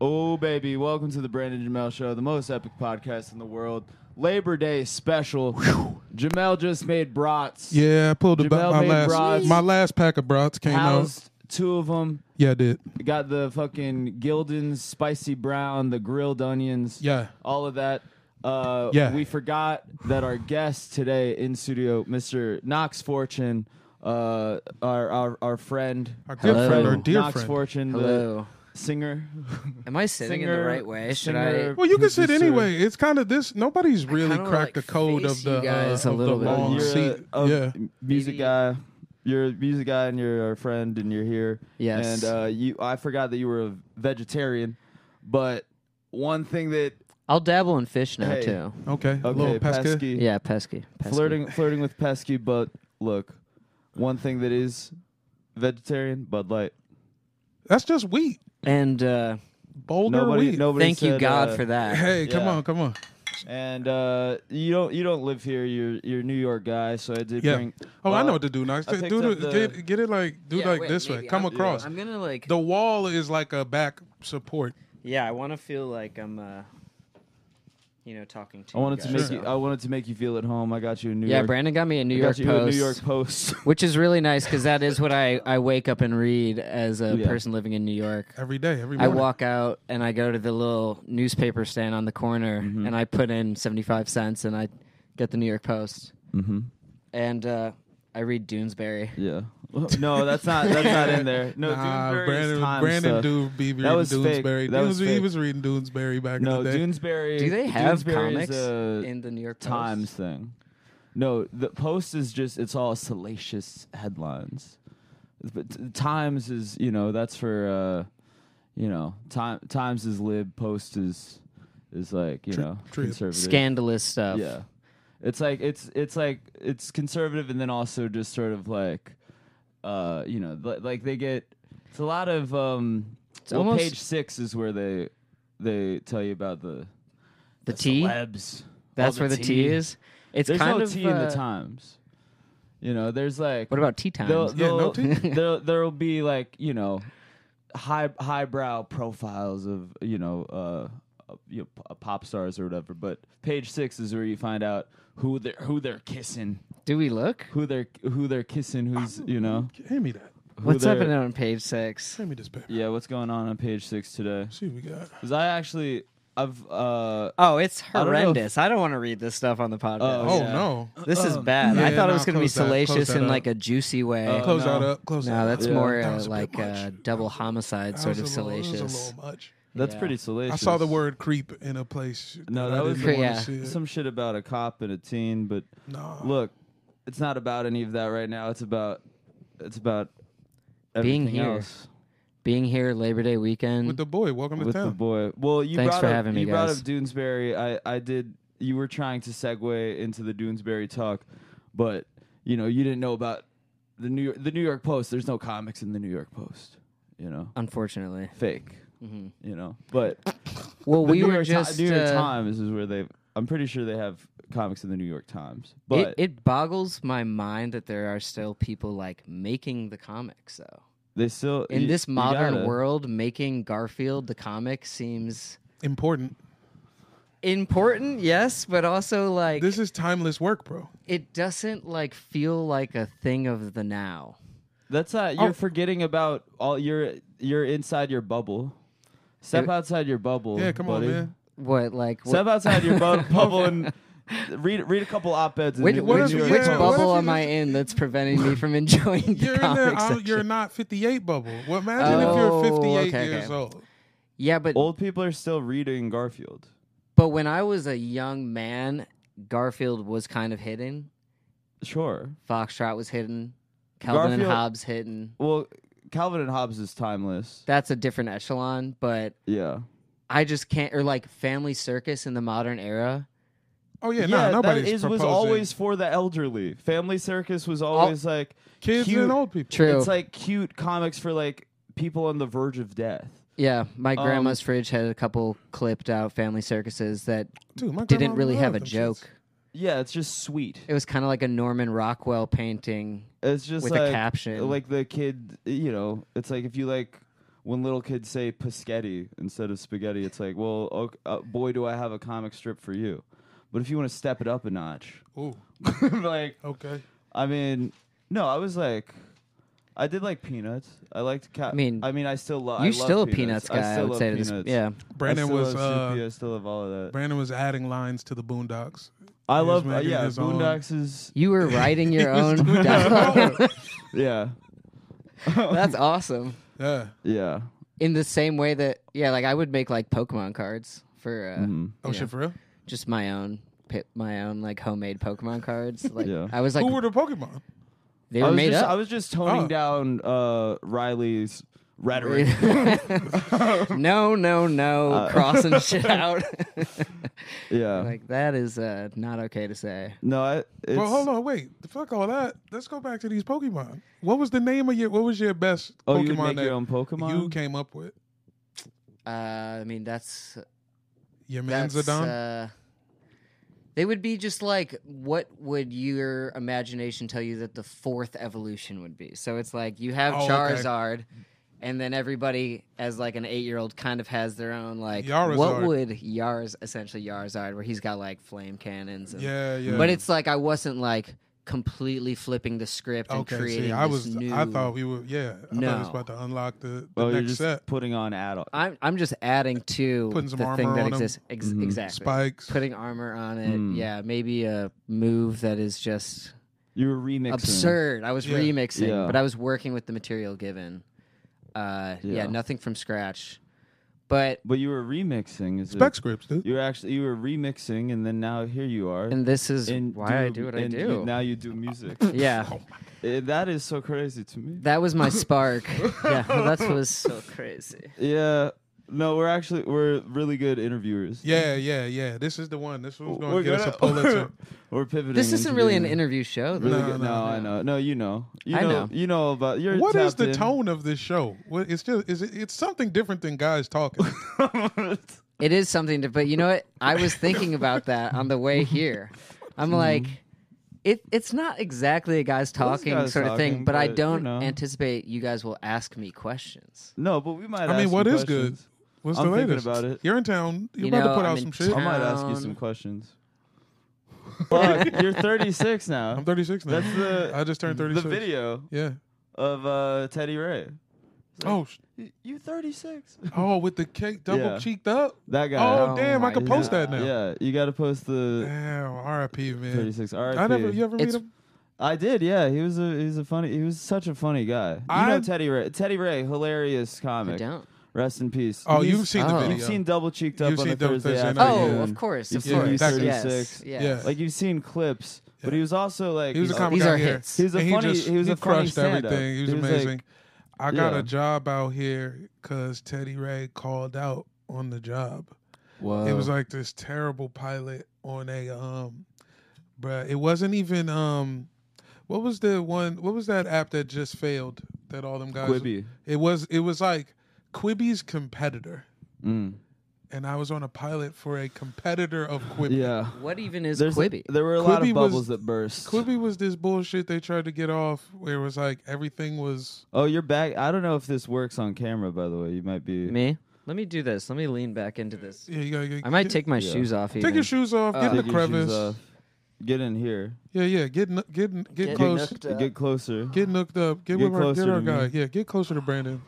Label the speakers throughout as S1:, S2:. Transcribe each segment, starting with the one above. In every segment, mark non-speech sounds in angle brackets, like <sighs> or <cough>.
S1: Oh, baby. Welcome to the Brandon Jamel Show, the most epic podcast in the world. Labor Day special. Jamel just made brats.
S2: Yeah, I pulled
S1: Jamel
S2: about my
S1: made
S2: last
S1: brats.
S2: my last pack of brats came out.
S1: Housed two of them.
S2: Yeah, I did.
S1: Got the fucking Gildan spicy brown, the grilled onions.
S2: Yeah.
S1: All of that. Uh,
S2: Yeah.
S1: We forgot that our guest today in studio, Mr. Knox Fortune, uh, our, our our friend,
S2: Our good
S3: Hello. friend, our
S2: dear
S1: Knox
S2: friend.
S1: Fortune,
S3: Hello.
S1: the singer.
S3: Am I sitting in
S1: Singer-
S3: the right way? Should
S1: singer-
S2: Well, you can sit
S1: Producer.
S2: anyway. It's kind of this. Nobody's really
S3: kinda wanna,
S2: cracked the
S3: like,
S2: code
S3: face
S2: of the
S3: you guys
S2: uh,
S3: a
S2: of the
S3: little bit.
S2: long
S1: you're uh,
S2: seat.
S1: a, a
S2: yeah,
S1: music
S3: Maybe-
S1: guy. You're a music guy, and you're our friend, and you're here.
S3: Yes.
S1: And uh, you, I forgot that you were a vegetarian, but one thing that
S3: I? I'll dabble in fish now
S1: Hey.
S3: too.
S2: okay, a
S1: okay,
S2: little pesky.
S1: pesky,
S3: Yeah, pesky. pesky.
S1: flirting, flirting with pesky, but look, one thing that is vegetarian, Bud Light.
S2: That's just wheat,
S3: And uh,
S2: Boulder
S1: Nobody,
S2: wheat.
S1: nobody.
S3: thank you,
S1: said,
S3: God,
S1: uh,
S3: for that.
S2: Hey, come
S1: Yeah.
S2: on, come on.
S1: And uh, you don't, you don't live here. You're, you're a New York guy, so I did
S2: Yeah.
S1: bring.
S2: Oh, I
S1: well,
S2: know what to do now.
S1: I picked
S2: Do
S1: up
S2: the,
S1: the-
S2: get, get it like do
S3: Yeah,
S2: like
S3: wait,
S2: this way.
S3: maybe.
S2: Come
S3: I'm-
S2: across.
S3: I'm gonna like.
S2: The wall is like a back support.
S3: Yeah, I want to feel like I'm, uh, you know, talking to.
S1: I wanted to
S3: guys,
S1: make
S3: so.
S1: you. I wanted to make you feel at home. I got you a New
S3: yeah,
S1: York.
S3: Brandon got me a New
S1: I
S3: York
S1: got you a
S3: Post,
S1: New York Post. <laughs>
S3: which is really nice because that is what I I wake up and read as a
S1: Yeah.
S3: person living in New York.
S2: Every day, every
S3: I
S2: morning.
S3: walk out and I go to the little newspaper stand on the corner
S1: Mm-hmm.
S3: and I put in 75 cents and I get the New York Post.
S1: mm-hmm.
S3: And uh, I read Doonesbury.
S1: Yeah. <laughs> No, that's not that's not in there. No,
S2: nah,
S1: Doonesbury
S2: Brandon,
S1: is time
S2: Brandon
S1: stuff.
S2: do be reading
S1: That was fake.
S2: Doonesbury.
S1: That was
S2: Doonesbury- he
S1: fake.
S2: was reading Doonesbury back
S1: no,
S2: in the day.
S1: Doonesbury.
S3: Do they have
S1: Doonesbury
S3: comics
S1: is a
S3: in the New York Post?
S1: Times thing? No, the Post is just it's all salacious headlines. But t- Times is you know that's for uh, you know time, Times is lib. Post is is like you
S2: Tri-
S1: know
S2: trip.
S1: conservative.
S3: Scandalous stuff.
S1: Yeah. It's like it's it's like it's conservative and then also just sort of like uh you know li- like they get it's a lot of um well,
S3: almost-
S1: page 6 is where they they tell you about the
S3: The tea?
S1: celebs.
S3: That's
S1: All
S3: where the tea is. It's
S1: There's
S3: kind
S1: no
S3: of
S1: tea in the
S3: uh,
S1: times. You know, there's like
S3: What about tea times?
S1: they'll,
S2: Yeah, no
S1: <laughs> they'll-
S2: tea.
S1: there'll- there'll be like you know high highbrow profiles of you know uh uh, you know, p- uh, pop stars or whatever but page six is where you find out who they're who they're kissing
S3: Do we look?
S1: who they're who they're kissing who's you know
S2: Hand me that.
S1: who
S3: What's
S1: they're-
S3: happening on page six?
S2: Hand me this paper.
S1: yeah what's going on on page six today
S2: See what we got.
S1: because i actually i've uh
S3: Oh, it's
S1: don't know if-
S3: horrendous. I don't, want to read this stuff on the podcast.
S2: Oh
S1: yeah.
S2: no.
S3: This is bad. I
S2: Yeah,
S3: thought
S2: no,
S3: it was going to be
S2: close that- close
S3: salacious
S2: that
S3: in
S2: up.
S3: like a juicy way.
S1: Uh,
S2: Close
S1: no.
S2: that up. Close that
S3: no,
S2: up.
S3: that's
S1: Yeah.
S3: more
S2: That
S3: uh,
S2: was a bit
S3: like
S2: much.
S3: uh, double homicide
S2: That
S3: sort of
S2: was a little- that was a
S3: salacious.
S2: little much.
S1: that's
S3: Yeah.
S1: pretty salacious
S2: I saw the word creep in a place.
S1: No,
S2: I
S1: that was-
S2: didn't wanna
S3: Yeah.
S2: see it.
S1: some shit about a cop and a teen but
S2: Nah.
S1: look, it's not about any of that right now. It's about it's about
S3: Being
S1: everything
S3: here.
S1: else
S3: Being here Labor Day weekend.
S2: with the boy. Welcome to
S1: with the
S2: town.
S1: boy. Well, you
S3: Thanks
S1: brought
S3: for
S1: up,
S3: having me,
S1: you brought up
S3: guys.
S1: Doonesbury. I I did. You were trying to segue into the Doonesbury talk, but you know you didn't know about the New York, the New York Post. There's no comics in the New York Post. You know,
S3: Unfortunately.
S1: fake. You know, but
S3: Mm-hmm. Well,
S1: the
S3: we
S1: New
S3: were
S1: York Ti-
S3: just.
S1: New York
S3: uh,
S1: Times is where they. I'm pretty sure they have comics in the New York Times, but
S3: it, it boggles my mind that there are still people like making the comics though.
S1: they still
S3: In
S1: you-
S3: this
S1: you
S3: modern
S1: gotta-
S3: world, making Garfield the comic seems
S2: Important.
S3: important, yes, but also like
S2: This is timeless work, bro.
S3: it doesn't like feel like a thing of the now.
S1: That's not. You're
S2: Oh.
S1: forgetting about all. You're you're inside your bubble. Step
S3: It-
S1: outside your bubble.
S2: Yeah, come
S1: buddy.
S2: on,
S3: <laughs>
S2: man.
S3: What like what,
S1: Step outside your <laughs> bu- bubble and read read a couple op eds.
S3: which,
S1: New,
S2: what if
S3: which,
S1: New
S2: you-
S1: York
S3: which
S2: yeah,
S1: Post.
S2: what
S3: bubble
S2: if
S3: am
S2: you
S3: I
S2: just-
S3: in that's preventing me
S1: <laughs>
S3: from enjoying the
S2: You're in
S3: comic
S2: that. I-
S3: section?
S2: You're not 58 bubble. Well, imagine if
S3: Oh,
S2: you're 58
S3: okay,
S2: years
S3: okay.
S2: old.
S3: Yeah, but
S1: Old people are still reading Garfield.
S3: but when I was a young man, Garfield was kind of hidden.
S1: Sure.
S3: Foxtrot was hidden. Calvin and
S1: Garfield-
S3: Hobbes hidden.
S1: Well, Calvin and Hobbes is timeless.
S3: That's a different echelon, but
S1: Yeah.
S3: I just can't or like Family Circus in the modern era.
S2: Oh yeah,
S1: yeah
S2: nah,
S1: that
S2: nobody's
S1: is was
S2: proposing.
S1: always for the elderly. Family Circus was always like
S2: kids
S1: cute-
S2: and old people.
S3: True.
S1: It's like cute comics for like people on the verge of death.
S3: yeah, my
S1: Um,
S3: grandma's fridge had a couple clipped out Family Circuses that
S2: Dude, my
S3: didn't
S2: grandma
S3: really have
S2: loved
S3: a
S2: them
S3: joke.
S2: shits.
S1: Yeah, it's just sweet.
S3: It was kind of like a Norman Rockwell painting.
S1: It's just
S3: With a
S1: like,
S3: caption.
S1: like the kid. You know, it's like if you like when little kids say Paschetti instead of spaghetti, it's like, well, ok uh, boy, do I have a comic strip for you. But if you want to step it up a notch, <laughs>
S2: Ooh,
S1: like,
S2: okay.
S1: I mean, no, I was like, I did like peanuts. I liked. Ca- I
S3: mean,
S1: I mean, I still love.
S3: You're still a peanuts guy, I, would say. To this, yeah,
S1: I
S2: Brandon
S1: still
S2: was
S1: love Soupy,
S2: uh,
S1: I still love all of that.
S2: Brandon was adding lines to the Boondocks.
S1: I
S2: he was
S1: love. Uh,
S2: making
S1: yeah,
S2: his own-
S1: Boondocks is.
S3: you were
S2: <laughs>
S3: writing your
S2: He was
S3: own.
S2: doing that.
S3: dialogue.
S1: Yeah,
S3: <laughs> That's awesome.
S2: yeah. Oh,
S1: yeah.
S3: In the same way that yeah, like I would make like Pokemon cards for uh,
S2: Oh
S3: you know,
S2: shit, for real?
S3: just my own pi- my own like homemade Pokemon cards.
S2: <laughs>
S3: Like
S1: Yeah.
S3: I was like
S2: Who were the Pokemon?
S3: they
S1: I
S3: were
S1: was
S3: made
S1: just, I
S3: up.
S1: was just toning
S2: Oh.
S1: down uh, Riley's rhetoric.
S3: <laughs> no, no, no, crossing shit out.
S1: <laughs>
S3: <laughs>
S1: yeah.
S3: like that is uh, not okay to say.
S1: no, I, it's,
S2: Well, hold on, wait. Fuck all that. Let's go back to these Pokemon. What was the name of your? What was your best
S1: Oh,
S2: Pokemon
S1: you would make
S2: that
S1: your own Pokemon?
S2: you came up with?
S3: Uh, I mean that's
S2: Your
S3: that's
S2: Manzadon.
S3: uh, they would be just like what would your imagination tell you that the fourth evolution would be? So it's like you have
S2: Oh, okay.
S3: Charizard. And then everybody, as like an eight-year-old, kind of has their own like. What
S2: Yarizard.
S3: would Yar's essentially Yarzard, where he's got like flame cannons? And,
S2: yeah, yeah.
S3: But it's like I wasn't like completely flipping the script and creating
S2: I
S3: this
S2: was.
S3: new.
S2: I thought we were. Yeah, I thought
S3: No.
S2: was about to unlock the, the
S1: oh, you're
S2: next
S1: just
S2: set.
S1: putting on adult.
S3: I'm I'm just adding to
S2: Putting some
S3: the
S2: armor
S3: thing that
S2: on 'em. Mm-hmm.
S3: exists Ex-
S1: Mhm.
S3: exactly.
S2: Spikes.
S3: Putting armor on it.
S1: Mm.
S3: Yeah, maybe a move that is just
S1: you were remixing.
S3: absurd. I was
S2: Yeah.
S3: remixing,
S1: Yeah.
S3: but I was working with the material given. Uh, yeah.
S1: Yeah.
S3: nothing from scratch. But
S1: But you were remixing. Is
S2: Spec
S1: it?
S2: scripts, dude.
S1: You were actually you were remixing, and then now here you are.
S3: and this is
S1: and
S3: why I do what I
S1: and you-
S3: do.
S1: now you do music.
S3: <laughs> yeah,
S1: Eh, that is so crazy to me.
S3: that was
S1: <laughs>
S3: my spark. yeah, <laughs> that was so crazy.
S1: yeah. No, we're actually we're really good interviewers.
S2: Yeah, yeah, yeah. This is the one. This was going to
S1: We're
S2: get us a
S1: gonna- <laughs>
S3: <laughs>
S2: Pulitzer.
S1: We're pivoting.
S3: This isn't really an
S1: interview.
S3: interview show. Though.
S1: Really
S2: No,
S1: good.
S2: no, no.
S1: No, I know. No, you know. You
S3: I
S1: know,
S3: know.
S1: You know about your.
S2: What is the
S1: <laughs>
S2: tone of this show? What, it's just is it, it's something different than guys talking.
S3: It is something to, but you know what? I was thinking about that on the way here. I'm like, it, it's not exactly a guy's talking
S1: guys
S3: sort of thing,
S1: talking,
S3: but, I
S1: but, you
S3: don't
S1: know.
S3: anticipate you guys will ask me questions.
S1: no, but we might.
S2: I
S1: ask
S2: mean,
S1: some
S2: what is good?
S1: questions.
S2: What's
S1: I'm
S2: the
S1: thinking
S2: latest?
S1: about it.
S2: You're in town. You're
S3: You
S2: about
S3: know,
S2: to put
S3: I'm
S2: out
S3: in
S2: some shit.
S1: I might ask you some
S3: Town.
S1: questions. Fuck, <laughs> you're 36 now.
S2: I'm 36 now.
S1: That's the-
S2: I just turned 36.
S1: the video
S2: Yeah.
S1: of uh, Teddy Ray.
S2: Oh, sh-
S1: Y- You 36?
S2: oh, with the cake double
S1: Yeah.
S2: cheeked up.
S1: That guy.
S2: Oh,
S3: Oh
S2: damn! I
S3: my
S2: can post that now.
S1: Yeah, you got to post the
S2: Damn, R.I.P. Man.
S1: 36. RIP.
S2: I never. You ever meet
S3: It's-
S2: him?
S1: I did. Yeah, he was a he's a funny. He was such a funny guy. You
S2: I-
S1: know Teddy Ray. Teddy Ray, hilarious comic.
S3: I don't.
S1: Rest in peace.
S2: Oh,
S1: He's-
S2: you've seen
S3: oh.
S2: the video.
S1: You've seen Double Cheeked Up
S2: You've
S1: on
S2: seen
S1: a
S2: Double
S1: Thursday
S2: Thursday night,
S1: afternoon.
S3: Oh,
S2: yeah.
S3: of course,
S1: You've
S3: of
S1: seen
S3: course.
S1: He's
S2: Yes,
S1: 36.
S3: yes.
S2: Yeah.
S1: Like you've seen clips, but
S2: Yeah.
S1: he was also like
S2: He was a
S1: he's-
S2: comic
S3: These
S2: out
S3: are
S2: here.
S3: hits.
S1: He's a
S2: and
S1: funny.
S2: He, just,
S1: he was a funny
S2: crushed
S1: stand-up.
S2: everything. He was,
S1: like,
S2: amazing. I got
S1: Yeah.
S2: a job out here because Teddy Ray called out on the job.
S1: Whoa.
S2: It was like this terrible pilot on a um, bruh. It wasn't even um, what was the one? What was that app that just failed? That all them guys.
S1: Quibi.
S2: It was. It was like Quibi's competitor,
S1: Mm.
S2: and I was on a pilot for a competitor
S1: <laughs>
S2: of Quibi.
S1: Yeah.
S3: What even is
S1: There's a-
S3: Quibi?
S1: there were a lot
S2: Quibi
S1: of
S2: was-
S1: bubbles that burst.
S2: Quibi was this bullshit they tried to get off, where it was like everything was.
S1: Oh, you're back. I don't know if this works on camera. By the way, you might be.
S3: me? Let me do this. Let me lean back into this.
S2: Yeah, you gotta get,
S3: I might
S2: get-
S3: take my
S1: Yeah.
S3: shoes off.
S2: take
S3: even.
S2: your shoes off, get in
S1: Take
S2: the
S1: your shoes
S2: crevice.
S1: off. Get in here.
S2: Yeah, yeah, get n- get n- get,
S3: Get
S2: close,
S3: nooked up.
S1: Get closer.
S2: <laughs> get nooked up, get,
S1: Get
S2: with our, get
S1: closer
S2: our
S1: to
S2: guy.
S1: me.
S2: Yeah, get closer to Brandon.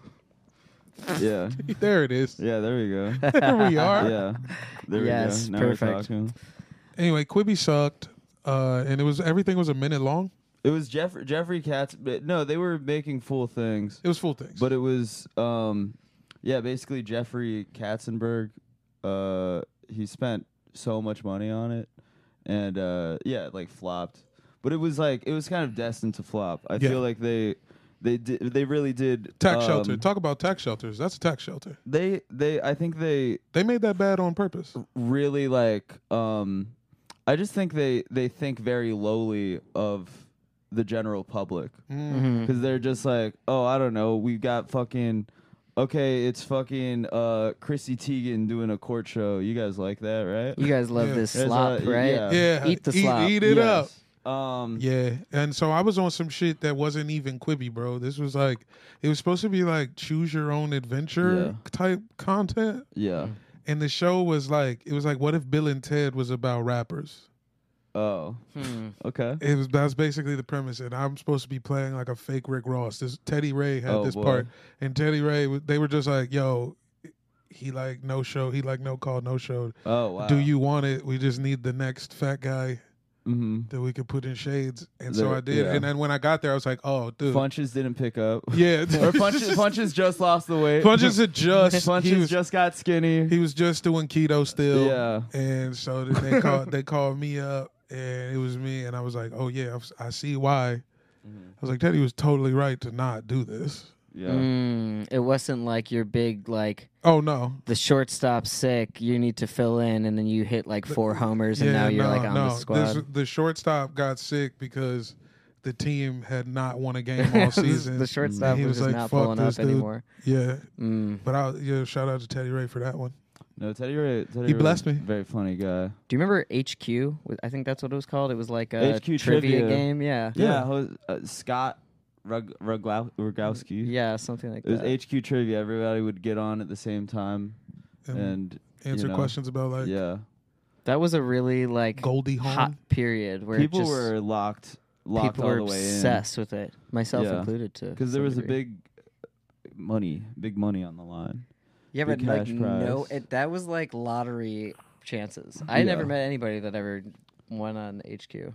S1: yeah.
S2: <laughs> there it is.
S1: Yeah. There we
S3: <laughs>
S1: go.
S2: There we are.
S1: Yeah. There
S3: Yes,
S1: we go. Now We're
S3: perfect.
S1: talking.
S2: Anyway, Quibi sucked, uh, and it was everything was a minute long.
S1: It was Jeff- Jeffrey Katz. But no, they were making full things.
S2: It was full things.
S1: But it was, um, yeah, basically Jeffrey Katzenberg. Uh, he spent so much money on it, and uh, yeah, it, like flopped. But it was like it was kind of destined to flop. I
S2: Yeah.
S1: feel like they, they did, they really did
S2: tax
S1: um,
S2: shelter. Talk about tax shelters. That's a tax shelter.
S1: They, they, I think they
S2: They made that bad on purpose.
S1: Uh, really like. Um, I just think they they think very lowly of the general public.
S2: Mm-hmm.
S1: because they're just like, oh, I don't know, we got fucking, okay, it's fucking uh, Chrissy Teigen doing a court show. You guys like that, right?
S3: You guys love
S2: Yeah.
S3: this
S1: There's a-
S3: slop, right?
S1: yeah.
S2: Yeah,
S3: Eat the slop.
S2: Eat, it up.
S1: Um,
S2: Yeah, and so I was on some shit that wasn't even Quibi, bro. This was like it was supposed to be like choose your own adventure
S1: Yeah.
S2: type content,
S1: yeah.
S2: and the show was like it was like what if Bill and Ted was about rappers?
S1: Oh,
S3: Hmm.
S1: okay.
S2: It was that's basically the premise, and I'm supposed to be playing like a fake Rick Ross. This Teddy Ray had
S1: Oh,
S2: this
S1: boy.
S2: part, and Teddy Ray was- they were just like, "Yo, he like no show, he like no call, no show.
S1: Oh, wow.
S2: Do you want it? We just need the next fat guy
S1: Mm-hmm.
S2: that we could put in shades." And so
S1: There-
S2: I did,
S1: yeah.
S2: and then when I got there, I was like, "Oh, dude."
S1: Funches didn't pick up.
S2: <laughs> Yeah,
S1: <laughs> or Funches, Funches just lost the
S2: <laughs>
S1: weight. <laughs>
S2: Funches had just he
S1: Funches
S2: was,
S1: just got skinny.
S2: he was just doing keto still.
S1: Yeah.
S2: and so then they called they called me up, and it was me, and I was like, oh yeah, I was- I see why.
S3: Mm-hmm.
S2: I was like, Teddy was totally right to not do this.
S1: yeah.
S3: Mm, it wasn't like your big like
S2: Oh no,
S3: the shortstop's sick. You need to fill in, and then you hit like four homers, and
S2: yeah,
S3: now you're
S2: no,
S3: like on
S2: no.
S3: the <laughs> squad.
S2: This, <laughs> the shortstop got sick because the team had not won a
S3: <laughs>
S2: game all season.
S3: the shortstop
S2: He was
S3: was, just
S2: like,
S3: not
S2: "Fuck
S3: pulling
S2: this,
S3: up
S2: dude."
S3: anymore.
S2: yeah,
S3: Mm.
S2: but I yeah, shout out to Teddy Ray for that one.
S1: No, Teddy Ray. Teddy
S2: He
S1: Ray
S2: blessed
S1: was a
S2: me.
S1: Very funny guy.
S3: Do you remember HQ? Wa- I think that's what it was called. It was like a
S1: HQ trivia.
S3: game. Yeah.
S1: Yeah.
S2: Yeah.
S1: ho- uh, Scott Rug- Ruglau- Rugowski.
S3: Yeah, something like
S1: It was
S3: that.
S1: HQ trivia. Everybody would get on at the same time
S2: And
S1: and
S2: answer
S1: you know,
S2: questions about like
S1: yeah,
S3: that was a really like
S2: Goldie Hawn.
S3: hot period where it
S1: people
S3: just-
S1: were locked, locked
S3: people
S1: all
S3: were
S1: the way
S3: obsessed with it, myself
S1: Yeah.
S3: included too.
S1: in because there was a big money, big money on the line.
S3: yeah,
S1: big
S3: but like
S1: cash
S3: no,
S1: prize.
S3: it, that was like lottery chances. I never
S1: Yeah.
S3: met anybody that ever won on HQ.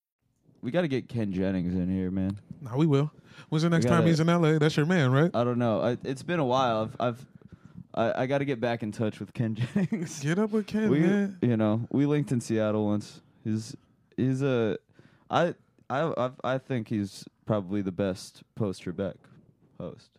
S1: We got to get Ken Jennings in here, man.
S2: Nah, we will. When's the next
S1: gotta-
S2: time he's in LA? That's your man,
S3: Uh,
S2: right?
S1: I don't know. I, it's been a while. I've, I've I, I got to get back in touch with Ken <laughs> Jennings.
S2: Get up with Ken,
S1: we,
S2: man.
S1: you know, we linked in Seattle once. He's he's a, I I I, I think he's probably the best post Trebek host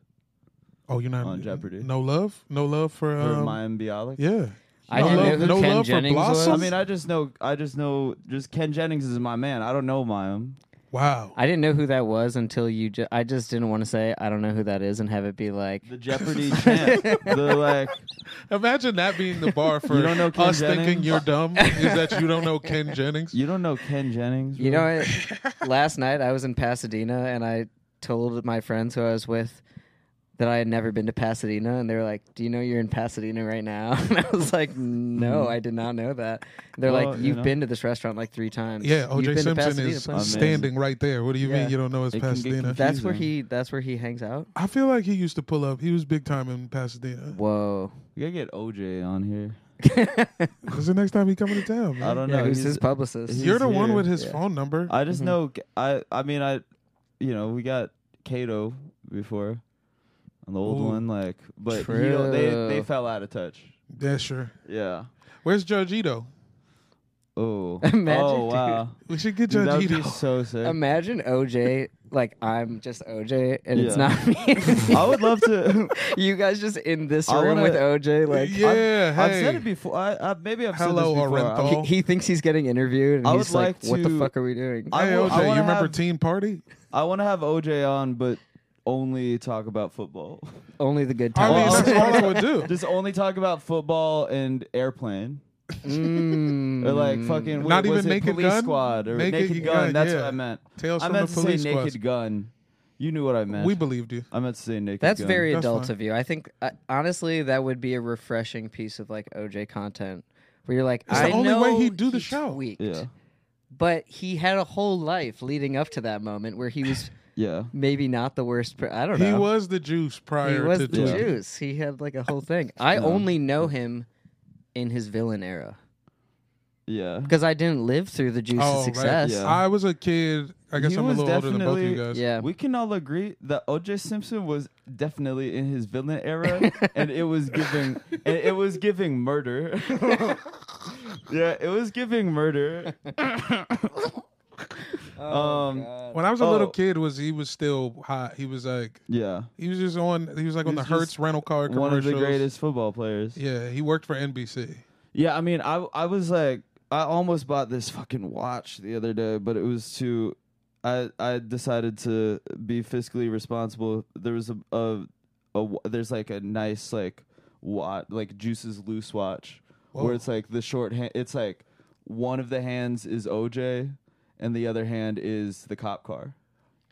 S2: Oh, you're not
S1: on Jeopardy.
S2: No love, no love for,
S1: for
S2: um,
S1: Mayim Bialik.
S2: yeah.
S3: I
S2: no love,
S3: didn't know who
S2: no
S3: Ken
S2: love
S3: Jennings
S2: for
S3: was.
S2: Blossom.
S1: I mean, I just know, I just know, just Ken Jennings is my man. I don't know Mayim.
S2: wow.
S3: I didn't know who that was until you. Ju- I just didn't want to say I don't know who that is and have it be like
S2: <laughs>
S1: The Jeopardy champ. The like,
S2: Imagine that being the
S1: <laughs>
S2: bar for
S1: You don't know Ken
S2: us thinking
S1: Jennings?
S2: you're
S1: <laughs>
S2: dumb is that you don't know Ken Jennings.
S1: you don't know Ken Jennings.
S3: You
S1: really?
S3: know, I- last night I was in Pasadena and I told my friends who I was with that I had never been to Pasadena, and they were like, "Do you know you're in Pasadena right now?" <laughs> And I was like, "No, I did not know that." And they're
S1: Hmm. Well,
S3: like,
S1: you
S3: "You've
S1: know.
S3: been to this restaurant like three times."
S2: Yeah,
S3: You've
S2: OJ
S3: been to
S2: Simpson
S3: Pasadena
S2: is
S3: plenty."
S1: Amazing.
S2: standing right there. What do you
S3: Yeah.
S2: mean you don't know it's
S1: It can get
S2: Pasadena?
S1: confused.
S3: That's where
S1: Amazing.
S3: he. That's where he hangs out.
S2: I feel like he used to pull up. He was big time in Pasadena.
S3: Whoa!
S1: we gotta get OJ on here.
S2: Because the next time he coming to town, man.
S1: I don't
S3: Yeah,
S1: know.
S3: who's
S1: he's-
S3: his publicist?
S1: Uh, he's
S2: you're the one
S1: here.
S2: with his
S3: Yeah.
S2: phone number.
S1: I just know. I I mean I, you know, we got Kato before, on the old
S2: Ooh.
S1: one, like, but you know,
S3: True.
S1: they they fell out of touch.
S2: yeah, sure. <laughs>
S1: Yeah.
S2: Where's Giorgito?
S1: Oh.
S3: Imagine,
S1: oh
S3: dude.
S1: wow.
S2: We should get
S1: Dude, that would be
S2: Giorgito.
S1: so <laughs> sick.
S3: Imagine OJ like I'm just OJ and it's
S1: Yeah.
S3: not <laughs> me.
S1: I would love to. <laughs>
S3: you guys just in this
S1: I
S3: room
S1: wanna-
S3: with OJ like
S2: <laughs> yeah,
S1: I've
S2: hey.
S1: said it before. I, I maybe I've
S2: Hello,
S1: said this before. I-
S2: Orenthal.
S3: He, he thinks he's getting interviewed, and
S1: I
S3: he's
S1: would
S3: like,
S1: like
S3: "What the
S1: to-
S3: fuck are we doing?"
S1: I
S2: hey,
S1: will-
S2: OJ,
S1: I
S2: you
S1: wanna
S2: remember
S1: have-
S2: Teen Party?
S1: I want to have OJ on, but only talk about football.
S3: Only the good
S2: I
S3: times.
S2: mean,
S1: Well, <laughs>
S2: that's all I would do.
S1: Just only talk about football and airplane. <laughs>
S3: Mm.
S1: Or like fucking
S2: Not
S1: what was
S2: even
S1: it,
S2: Naked
S1: police
S2: Gun?
S1: squad or
S2: Naked
S1: naked,
S2: Gun,
S1: gun. That's what
S2: yeah.
S1: I meant.
S2: Tales
S1: I
S2: from the
S1: meant to say
S2: Police Squad.
S1: naked gun. You knew what I meant.
S2: We believed you.
S1: I meant to say naked.
S3: That's
S1: gun.
S3: very
S2: That's
S3: adult
S2: fine.
S3: of you. I think, uh, honestly, that would be a refreshing piece of like OJ content, where you're like,
S2: It's the
S3: "I
S2: only
S3: know
S2: way he'd do the
S3: he
S2: show."
S3: tweaked,
S1: Yeah.
S3: but he had a whole life leading up to that moment where he
S1: <laughs>
S3: was
S1: yeah.
S3: maybe not the worst. Per- I don't know.
S2: He was the juice prior
S3: He was
S2: to
S3: the
S1: Twitch.
S2: Twitter.
S3: juice. He had like a whole thing. I only know him in his villain era
S1: Yeah.
S3: because I didn't live through the juice
S2: Oh,
S3: of
S2: right.
S3: success.
S1: Yeah.
S2: I was a kid. I guess
S1: He
S2: I'm a
S1: was
S2: little older than both of you
S1: definitely-
S2: guys.
S3: Yeah.
S1: We can all agree that OJ Simpson was definitely in his villain era,
S3: <laughs>
S1: and it was giving, and it was giving murder. <laughs>
S3: <laughs>
S1: yeah, it was giving murder. um,
S2: When I was a little
S1: Oh.
S2: kid, was he was still hot? He was like
S1: yeah,
S2: he was just on. He was like on the
S1: was
S2: Hertz
S1: just
S2: rental car commercials.
S1: one of the greatest football players.
S2: Yeah, he worked for NBC.
S1: Yeah, I mean, I I was like, I almost bought this fucking watch the other day, but it was to, I I decided to be fiscally responsible. There was a a, a wa- there's like a nice like watch like Juice's loose watch
S2: Whoa.
S1: where it's like the short hand. It's like one of the hands is OJ, and the other hand is the cop car.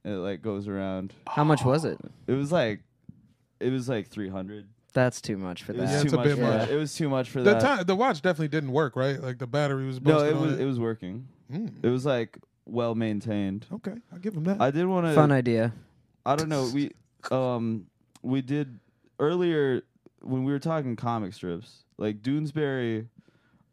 S1: And it like goes around.
S3: How much was it?
S1: It was like, it was like three hundred.
S3: That's too much for
S1: It was
S2: Yeah,
S3: that.
S2: it's
S1: too
S2: a
S1: much.
S2: bit
S1: For
S2: much.
S1: that. It was too much for
S2: The
S1: that.
S2: time the watch definitely didn't work, right? Like the battery was
S1: No,
S2: busted
S1: it
S2: on
S1: was it was working.
S2: Mm.
S1: It was like well maintained.
S2: okay, I'll give him that.
S1: I did want
S3: Fun
S1: to.
S3: idea.
S1: I don't know. We um we did earlier when we were talking comic strips like Doonesbury.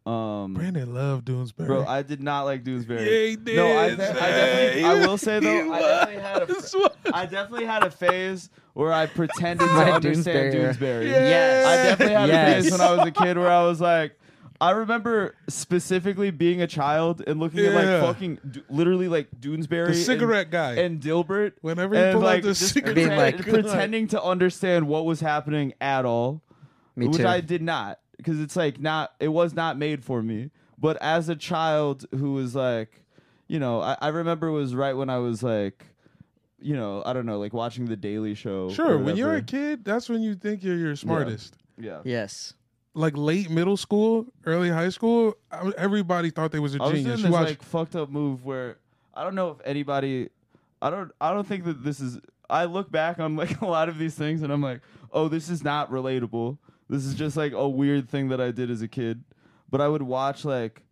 S1: Um,
S2: Brandon loved Doonesbury.
S1: bro, I did not like Doonesbury.
S2: Yeah, he
S1: No, I,
S2: did,
S1: I,
S2: man.
S1: definitely, I will say though, I definitely had a.
S2: This one-
S1: I definitely had a phase where I pretended to
S3: <laughs> My
S1: understand
S3: Doonesbury.
S1: Doonesbury.
S3: Yes.
S1: I definitely had
S3: Yes.
S1: a phase when I was a kid where I was like, I remember specifically being a child and looking at
S2: Yeah.
S1: like fucking, d- literally like Doonesbury,
S2: The cigarette
S1: and,
S2: guy.
S1: and Dilbert,
S2: Whenever he
S1: and
S2: pulled out
S1: like
S2: the
S1: just
S2: cigarette-
S3: Being
S1: pretend-
S3: like-
S1: pretending to understand what was happening at all,
S3: Me
S1: which
S3: too.
S1: I did not because it's like not, it was not made for me. But as a child who was like, you know, I, I remember it was right when I was like, you know, I don't know, like watching The Daily Show.
S2: sure,
S1: or
S2: when you're a
S1: whatever.
S2: kid, that's when you think you're your smartest.
S1: yeah.
S3: <laughs> Yes.
S2: Like late middle school, early high school, I- everybody thought they was a
S1: I was
S2: genius.
S1: doing
S2: You
S1: this
S2: watch,
S1: like fucked up move where I don't know if anybody. I don't. I don't think that this is. I look back on like <laughs> a lot of these things and I'm like, oh, this is not relatable. This is just like a weird thing that I did as a kid. But I would watch like,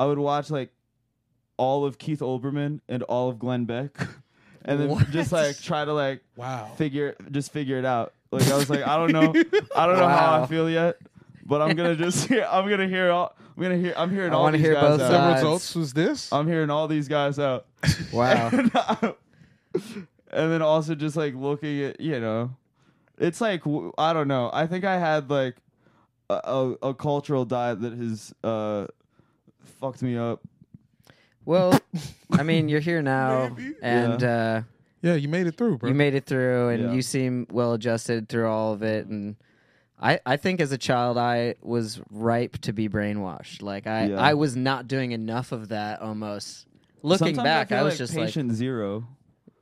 S1: I would watch like, all of Keith Olbermann and all of Glenn Beck, <laughs> and then
S3: What?
S1: just like try to like
S2: wow,
S1: figure just figure it out. Like I was like, I don't
S3: <laughs>
S1: know, I don't know how
S3: Wow.
S1: I feel yet, but I'm gonna just <laughs> hear. I'm gonna hear all. I'm gonna hear. I'm hearing
S3: I
S1: all
S3: wanna
S1: these
S3: hear
S1: guys
S3: both
S1: out.
S2: the
S3: sides.
S2: results was this.
S1: I'm hearing all these guys out. <laughs>
S3: Wow.
S1: and then also just like looking at you know, it's like w- I don't know. I think I had like a, a, a cultural diet that has uh fucked me up.
S3: well, I mean, you're here now, and uh,
S2: yeah, you made it through, bro.
S3: you made it through, and
S1: Yeah.
S3: you seem well adjusted through all of it. And I, I think as a child, I was ripe to be brainwashed. Like I,
S1: Yeah.
S3: I was not doing enough of that. Almost looking
S1: Sometimes
S3: back,
S1: feel
S3: I, was
S1: like
S3: just
S1: patient zero.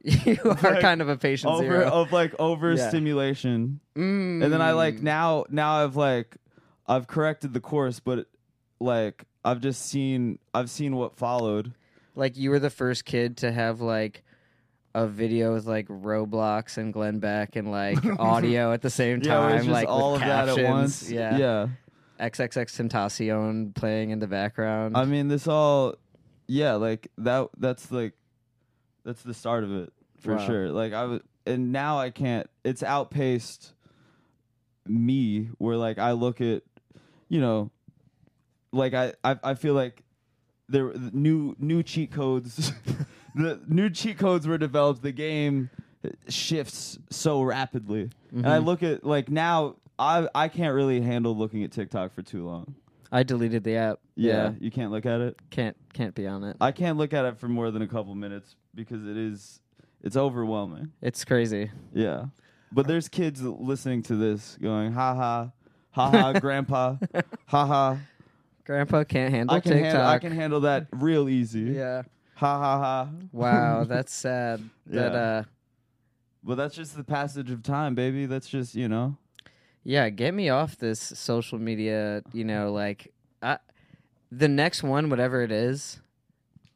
S3: like, <laughs> you are
S1: <laughs> Like,
S3: kind of a patient
S1: over
S3: zero. Mm.
S1: of
S3: <laughs>
S1: like overstimulation. And then I like now now I've like I've corrected the course, but like I've just seen I've seen what followed.
S3: like you were the first kid to have like a video with like Roblox and Glenn Beck
S1: <laughs>
S3: and like audio at the same
S1: Yeah, where
S3: time,
S1: it's just
S3: like
S1: all
S3: with
S1: of
S3: captions.
S1: that at once.
S3: Yeah.
S1: yeah.
S3: XXX Tentacion playing in the background.
S1: I mean, this all, yeah, like that. That's like, that's the start of it for
S3: Wow.
S1: sure. Like I was, and now I can't. It's outpaced me. Where like I look at, you know, like I I, I feel like there the new new cheat codes, <laughs> the new cheat codes were developed. The game shifts so rapidly, and I look at like now. I I can't really handle looking at TikTok for too long.
S3: I deleted the app.
S1: Yeah, you can't look at it.
S3: can't can't be on it.
S1: I can't look at it for more than a couple minutes because it is it's overwhelming.
S3: It's crazy.
S1: Yeah. But there's kids listening to this going, ha ha, ha ha, grandpa, ha ha.
S3: Grandpa can't handle
S1: I can,
S3: TikTok.
S1: handle, I can handle that real easy.
S3: yeah.
S1: Ha ha ha.
S3: Wow,
S1: <laughs>
S3: that's sad. That
S1: Yeah.
S3: uh
S1: But that's just the passage of time, baby. That's just, you know.
S3: Yeah, get me off this social media. You know, like I, the next one, whatever it is,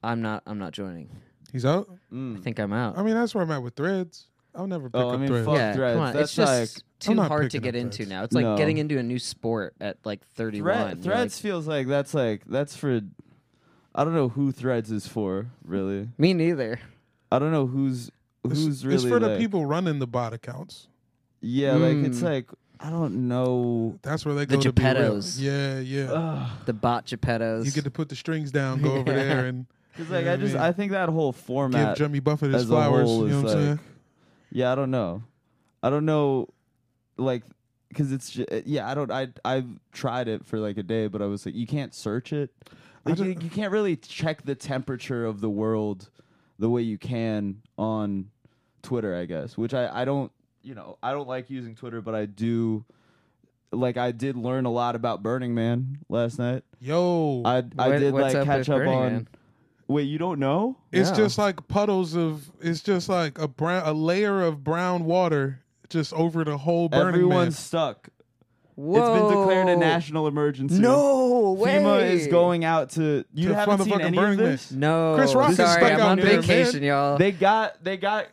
S3: I'm not. I'm not joining.
S2: He's out.
S3: I
S1: Mm.
S3: think I'm out.
S2: I mean, that's where I'm at with threads. I'll never pick
S1: Oh, I
S2: up
S1: mean,
S2: threads.
S1: fuck
S3: yeah,
S1: Threads.
S3: come on.
S1: That's
S3: it's just
S2: I'm
S3: too
S2: not
S3: hard to
S2: picking
S3: get
S2: up
S3: into
S2: Threads.
S3: now. It's like
S1: No.
S3: getting into a new sport at like 31. You're
S1: Thread,
S3: like,
S1: threads feels like that's like, that's for, I don't know who Threads is for, really.
S3: me neither.
S1: I don't know who's,
S2: It's-
S1: who's really.
S2: it's for the
S1: like-
S2: people running the bot accounts.
S1: Yeah, like it's
S3: Mm.
S1: like, I don't know.
S2: That's where they
S3: The
S2: go to be real.
S3: Geppettos.
S2: Yeah, yeah.
S1: Ugh.
S3: The bot Geppettos.
S2: you get to put the strings down,
S1: <laughs>
S2: go over there, and
S1: Cause
S2: You
S1: like
S2: know
S1: I
S2: what I
S1: just
S2: mean?
S1: I think that whole
S2: give
S1: format
S2: Jimmy Buffett his
S1: as a
S2: flowers. You
S1: whole is
S2: know what I'm
S1: like,
S2: saying?
S1: yeah, I don't know, I don't know, like, cause it's ju- eh, yeah, I don't I I tried it for like a day, but I was like, you can't search it,
S2: I
S1: like, you,
S2: don't-
S1: you can't really check the temperature of the world the way you can on Twitter, I guess. Which I, I don't you know, I don't like using Twitter, but I do like I did learn a lot about Burning Man last night.
S2: Yo,
S1: I I
S3: What-
S1: did like
S3: what's up
S1: catch
S3: with
S1: up
S3: Burning
S1: on
S3: Man?
S1: Wait, you don't know?
S2: it's
S3: yeah.
S2: just like puddles of. It's just like a brown, a layer of brown water just over the whole Burning
S1: Everyone's
S2: Man.
S1: stuck.
S3: Whoa.
S1: It's been declared a national emergency.
S3: No way.
S1: FEMA is going out to you
S2: To
S1: haven't
S2: fund the
S1: seen
S2: fucking
S1: any of
S2: Burning Man.
S1: this.
S3: No.
S2: Chris Rock
S1: is
S3: Sorry,
S1: stuck
S3: I'm
S1: out
S3: on
S1: there, man.
S3: vacation, y'all.
S1: They got they got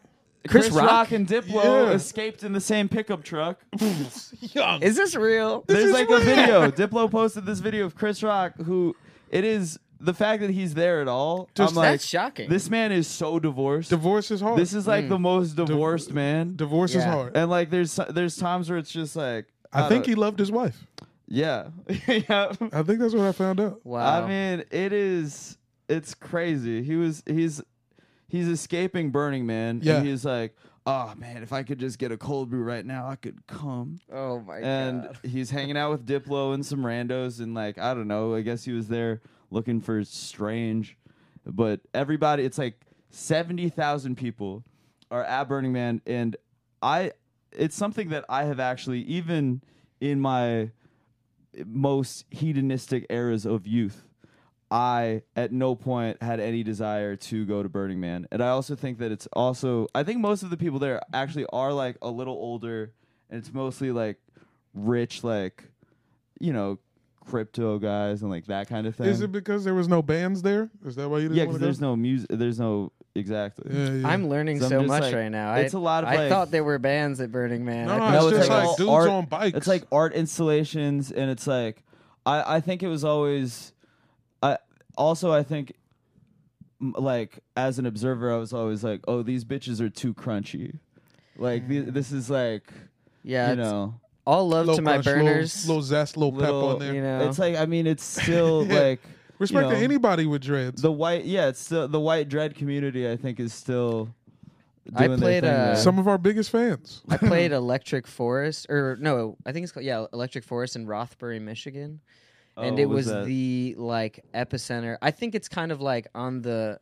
S3: Chris Rock?
S1: and Diplo
S2: Yeah.
S1: escaped in the same pickup truck.
S2: <laughs> Young.
S3: is this real?
S1: There's
S2: is
S1: like
S2: real.
S1: a video. Diplo posted this video of Chris Rock who it is the fact that he's there at all.
S2: Just-
S1: I'm like
S3: That's shocking. Mm.
S1: This man is so divorced.
S2: divorce is hard.
S1: this is like the most divorced man.
S2: divorce is
S3: Yeah.
S2: hard.
S1: and like there's there's times where it's just like
S2: I think
S1: don't-
S2: he loved his wife.
S1: yeah. <laughs> yeah.
S2: I think that's what I found out.
S3: wow.
S1: I mean, it is it's crazy. He was he's he's escaping Burning Man.
S2: Yeah.
S1: And he's like, oh man, if I could just get a cold brew right now, I could come.
S3: oh my
S1: And
S3: god. <laughs>
S1: he's hanging out with Diplo and some randos and like, I don't know, I guess he was there looking for strange. But everybody it's like seventy thousand people are at Burning Man and I it's something that I have actually even in my most hedonistic eras of youth, I at no point had any desire to go to Burning Man. And I also think that it's also I think most of the people there actually are like a little older and it's mostly like rich like you know crypto guys and like that kind of thing.
S2: Is it because there was no bands there? Is that why you didn't
S1: yeah,
S2: want
S1: cuz
S2: to go?
S1: there's no music there's no exactly.
S2: Yeah, yeah.
S3: I'm learning
S1: So I'm
S3: so
S1: just
S3: much
S1: like-
S3: right now.
S1: it's
S3: a
S1: a lot of,
S3: I
S1: like-
S3: thought there were bands at Burning Man.
S2: No,
S3: I
S2: no,
S3: thought
S2: it's
S3: it was
S2: just
S3: like-
S2: like- dudes
S1: art-
S2: on bikes.
S1: It's like art installations, and it's like I I think it was always. I also I think m- like as an observer, I was always like, oh, these bitches are too crunchy. Like th- this is like
S3: yeah,
S1: you
S3: it's-
S1: know
S3: all love
S2: Little
S3: to my
S2: crunch, little-
S3: burners.
S2: little, zest, little, pep on
S1: little,
S2: there.
S3: you know.
S1: It's like I mean, it's still
S2: <laughs> Yeah.
S1: like
S2: Respect
S1: you
S2: to
S1: know,
S2: anybody with dreads.
S1: The white, yeah, it's still the white dread community. I think is still.
S3: I
S1: Doing their
S3: played,
S1: thing
S3: uh,
S1: there.
S2: Some of our biggest fans.
S1: <laughs>
S3: I played Electric Forest, or no, I think it's called yeah, Electric Forest in Rothbury, Michigan, and
S1: Oh,
S3: it
S1: what
S3: was
S1: is that?
S3: the like epicenter. I think it's kind of like on the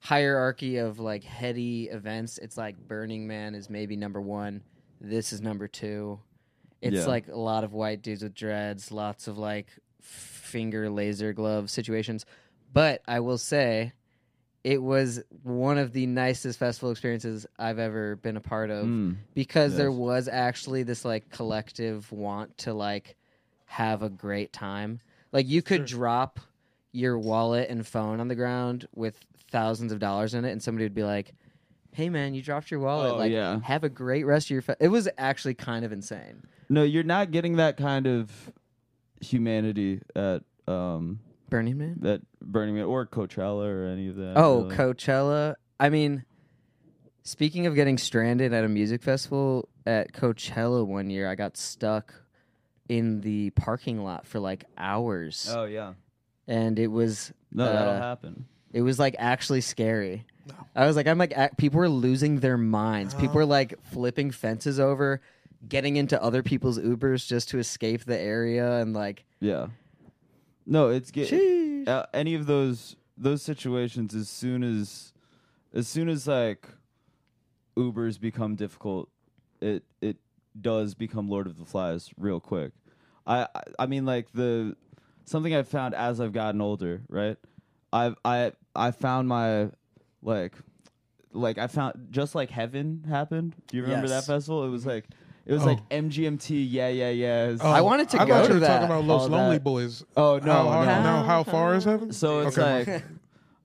S3: hierarchy of like heady events. It's like Burning Man is maybe number one. This is number two. It's
S1: Yeah.
S3: like a lot of white dudes with dreads, lots of like finger laser glove situations. But I will say, it was one of the nicest festival experiences I've ever been a part of
S1: Mm.
S3: because there
S1: Yes.
S3: was actually this like collective want to like have a great time. Like you could drop your wallet and phone on the ground with thousands of dollars in it, and somebody would be like, "Hey man, you dropped your wallet.
S1: Oh,
S3: like,
S1: yeah.
S3: have a great rest of your." Fe-. It was actually kind of insane.
S1: No, you're not getting that kind of humanity at um
S3: Burning Man.
S1: that Burning Man or Coachella or any of that.
S3: Oh,
S1: really.
S3: Coachella. I mean, speaking of getting stranded at a music festival at Coachella one year, I got stuck in the parking lot for like hours,
S1: Oh yeah.
S3: and it was
S1: No,
S3: uh,
S1: that'll happen.
S3: It was like actually scary. I was like, I'm like, ac- people were losing their minds. People were like flipping fences over, getting into other people's Ubers just to escape the area, and like,
S1: Yeah. No, it's get
S3: Sheesh.
S1: uh, any of those those situations as soon as as soon as like Ubers become difficult, it it does become Lord of the Flies real quick. I I, I mean like the something I've found as I've gotten older, right? I've I I found my like like I found just like heaven happened. Do you remember
S3: Yes.
S1: that festival? It was like it was
S2: Oh.
S1: like MGMT, yeah, yeah, yeah.
S2: Oh,
S3: I wanted to
S2: I
S3: go
S2: thought you
S3: to
S2: were
S3: that.
S2: talking about Los
S1: All
S2: Lonely
S1: that-
S2: Boys.
S1: Oh no,
S2: how, hard-
S1: no.
S2: now how far is heaven?
S1: So it's like,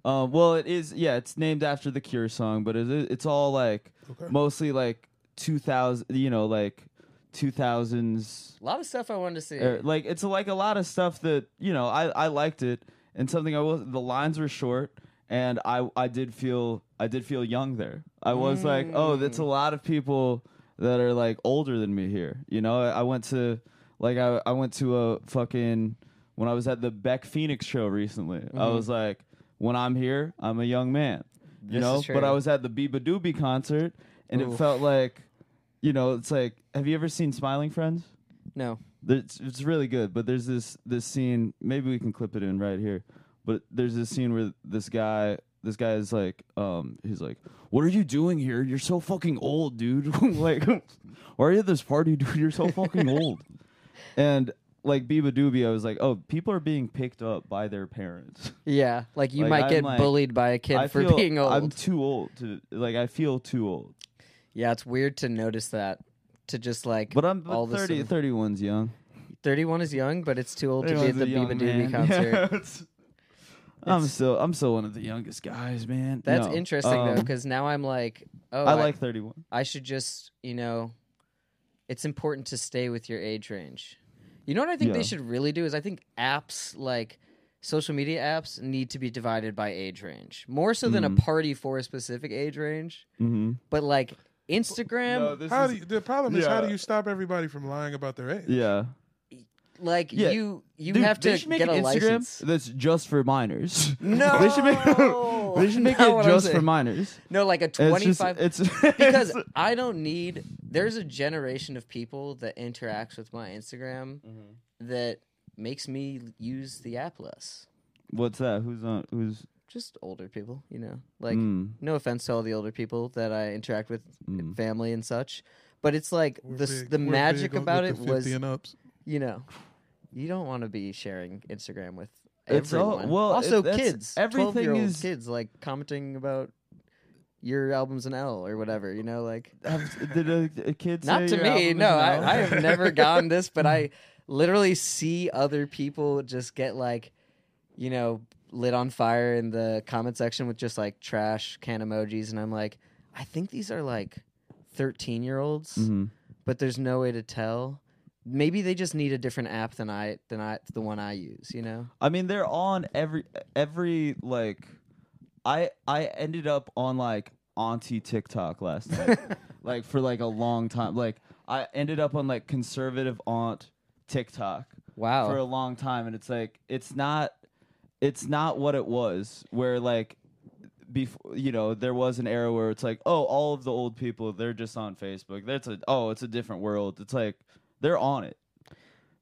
S1: um, well, it is. Yeah, it's named after the Cure song, but it, it's all like mostly like two thousand. You know, like two thousands.
S3: a lot of stuff I wanted to see.
S1: Or, Er, like it's like a lot of stuff that you know. I I liked it, and something I was. The lines were short, and I I did feel I did feel young there. I was like, oh, that's
S3: Mm.
S1: a lot of people that are like older than me here. You know, I, I went to like I I went to a fucking when I was at the Beck Phoenix show recently. I
S3: Mm-hmm.
S1: was like, when I'm here, I'm a young man. You
S3: This
S1: know,
S3: is
S1: but I
S3: true.
S1: was at the Biba Doobie concert, and it
S3: Oof.
S1: felt like, you know, it's like, have you ever seen Smiling Friends?
S3: no,
S1: It's, it's really good, but there's this this scene. Maybe we can clip it in right here. But there's this scene where this guy this guy is like, um, he's like, "What are you doing here? You're so fucking old, dude. <laughs> like, why are you at this party, dude? You're so
S3: <laughs>
S1: fucking old." And like Biba Doobie, I was like, "Oh, people are being picked up by their parents."
S3: Yeah, like you
S1: Like,
S3: might
S1: I'm
S3: get
S1: like-
S3: bullied by a kid
S1: I
S3: for
S1: feel
S3: being old.
S1: I'm too old to like. I feel too old,
S3: yeah, it's weird to notice that. To just like,
S1: but I'm
S3: all
S1: but 30,
S3: the
S1: 31's young.
S3: 31 is young, but it's too old to be at
S1: 31's
S3: the
S1: a young
S3: Biba Doobie
S1: man. <laughs>
S3: concert.
S1: Yeah, it's- I'm still I'm still one of the youngest guys, man.
S3: That's
S1: No,
S3: interesting though,
S1: um,
S3: because now I'm like, oh,
S1: I like 31.
S3: I should just, you know, it's important to stay with your age range. You know what I think
S1: Yeah.
S3: they should really do is I think apps like social media apps need to be divided by age range more so
S1: Hmm.
S3: than a party for a specific age range.
S1: Mm-hmm.
S3: But like Instagram,
S2: How do you, the problem is how do
S1: Yeah.
S2: you stop everybody from lying about their age?
S1: yeah.
S3: like
S1: Yeah.
S3: you you
S1: Dude,
S3: have
S1: they
S3: to
S1: should make
S3: get a
S1: an Instagram
S3: license.
S1: that's just for minors.
S3: <laughs> No,
S1: they should make <laughs> they should make
S3: Not
S1: it
S3: what I'm
S1: just for
S3: saying.
S1: minors.
S3: No, like a
S1: It's just-
S3: 25
S1: It's <laughs>
S3: because I don't need. There's a generation of people that interacts with my Instagram that makes me use the app less.
S1: what's that? Who's on? Who's
S3: Just older people, you know. Like,
S1: Mm.
S3: no offense to all the older people that I interact with, family and such, but it's like
S2: We're
S3: the s
S2: big-
S3: the
S2: we're
S3: magic
S2: big on-
S3: about
S2: with
S3: it
S2: the 50
S3: was,
S2: and ups.
S3: you know, you don't want to be sharing Instagram with.
S1: It's all-
S3: everyone.
S1: well, it-
S3: also
S1: that's-
S3: kids.
S1: everything
S3: Everything is
S1: is-
S3: kids like commenting about your album's an L or whatever. You know, like
S1: have, did a, a kid?
S3: not
S1: say
S3: to
S1: your
S3: me
S1: album
S3: no
S1: is
S3: I,
S1: an
S3: I
S1: album?
S3: have never gotten this but i <laughs> literally see other people just get like you know lit on fire in the comment section with just like trash can emojis and i'm like i think these are like 13 year olds
S1: Mhm.
S3: but there's no way to tell maybe they just need a different app than i than i the one i use you know
S1: I mean, they're on every every like. I I ended up on like auntie TikTok last
S3: <laughs>
S1: night, like for like a long time. Like I ended up on like conservative aunt TikTok
S3: wow
S1: for a long time, and it's like it's not it's not what it was. Where like before you know there was an era where it's like oh all of the old people they're just on Facebook. That's a oh it's a different world. It's like they're on it.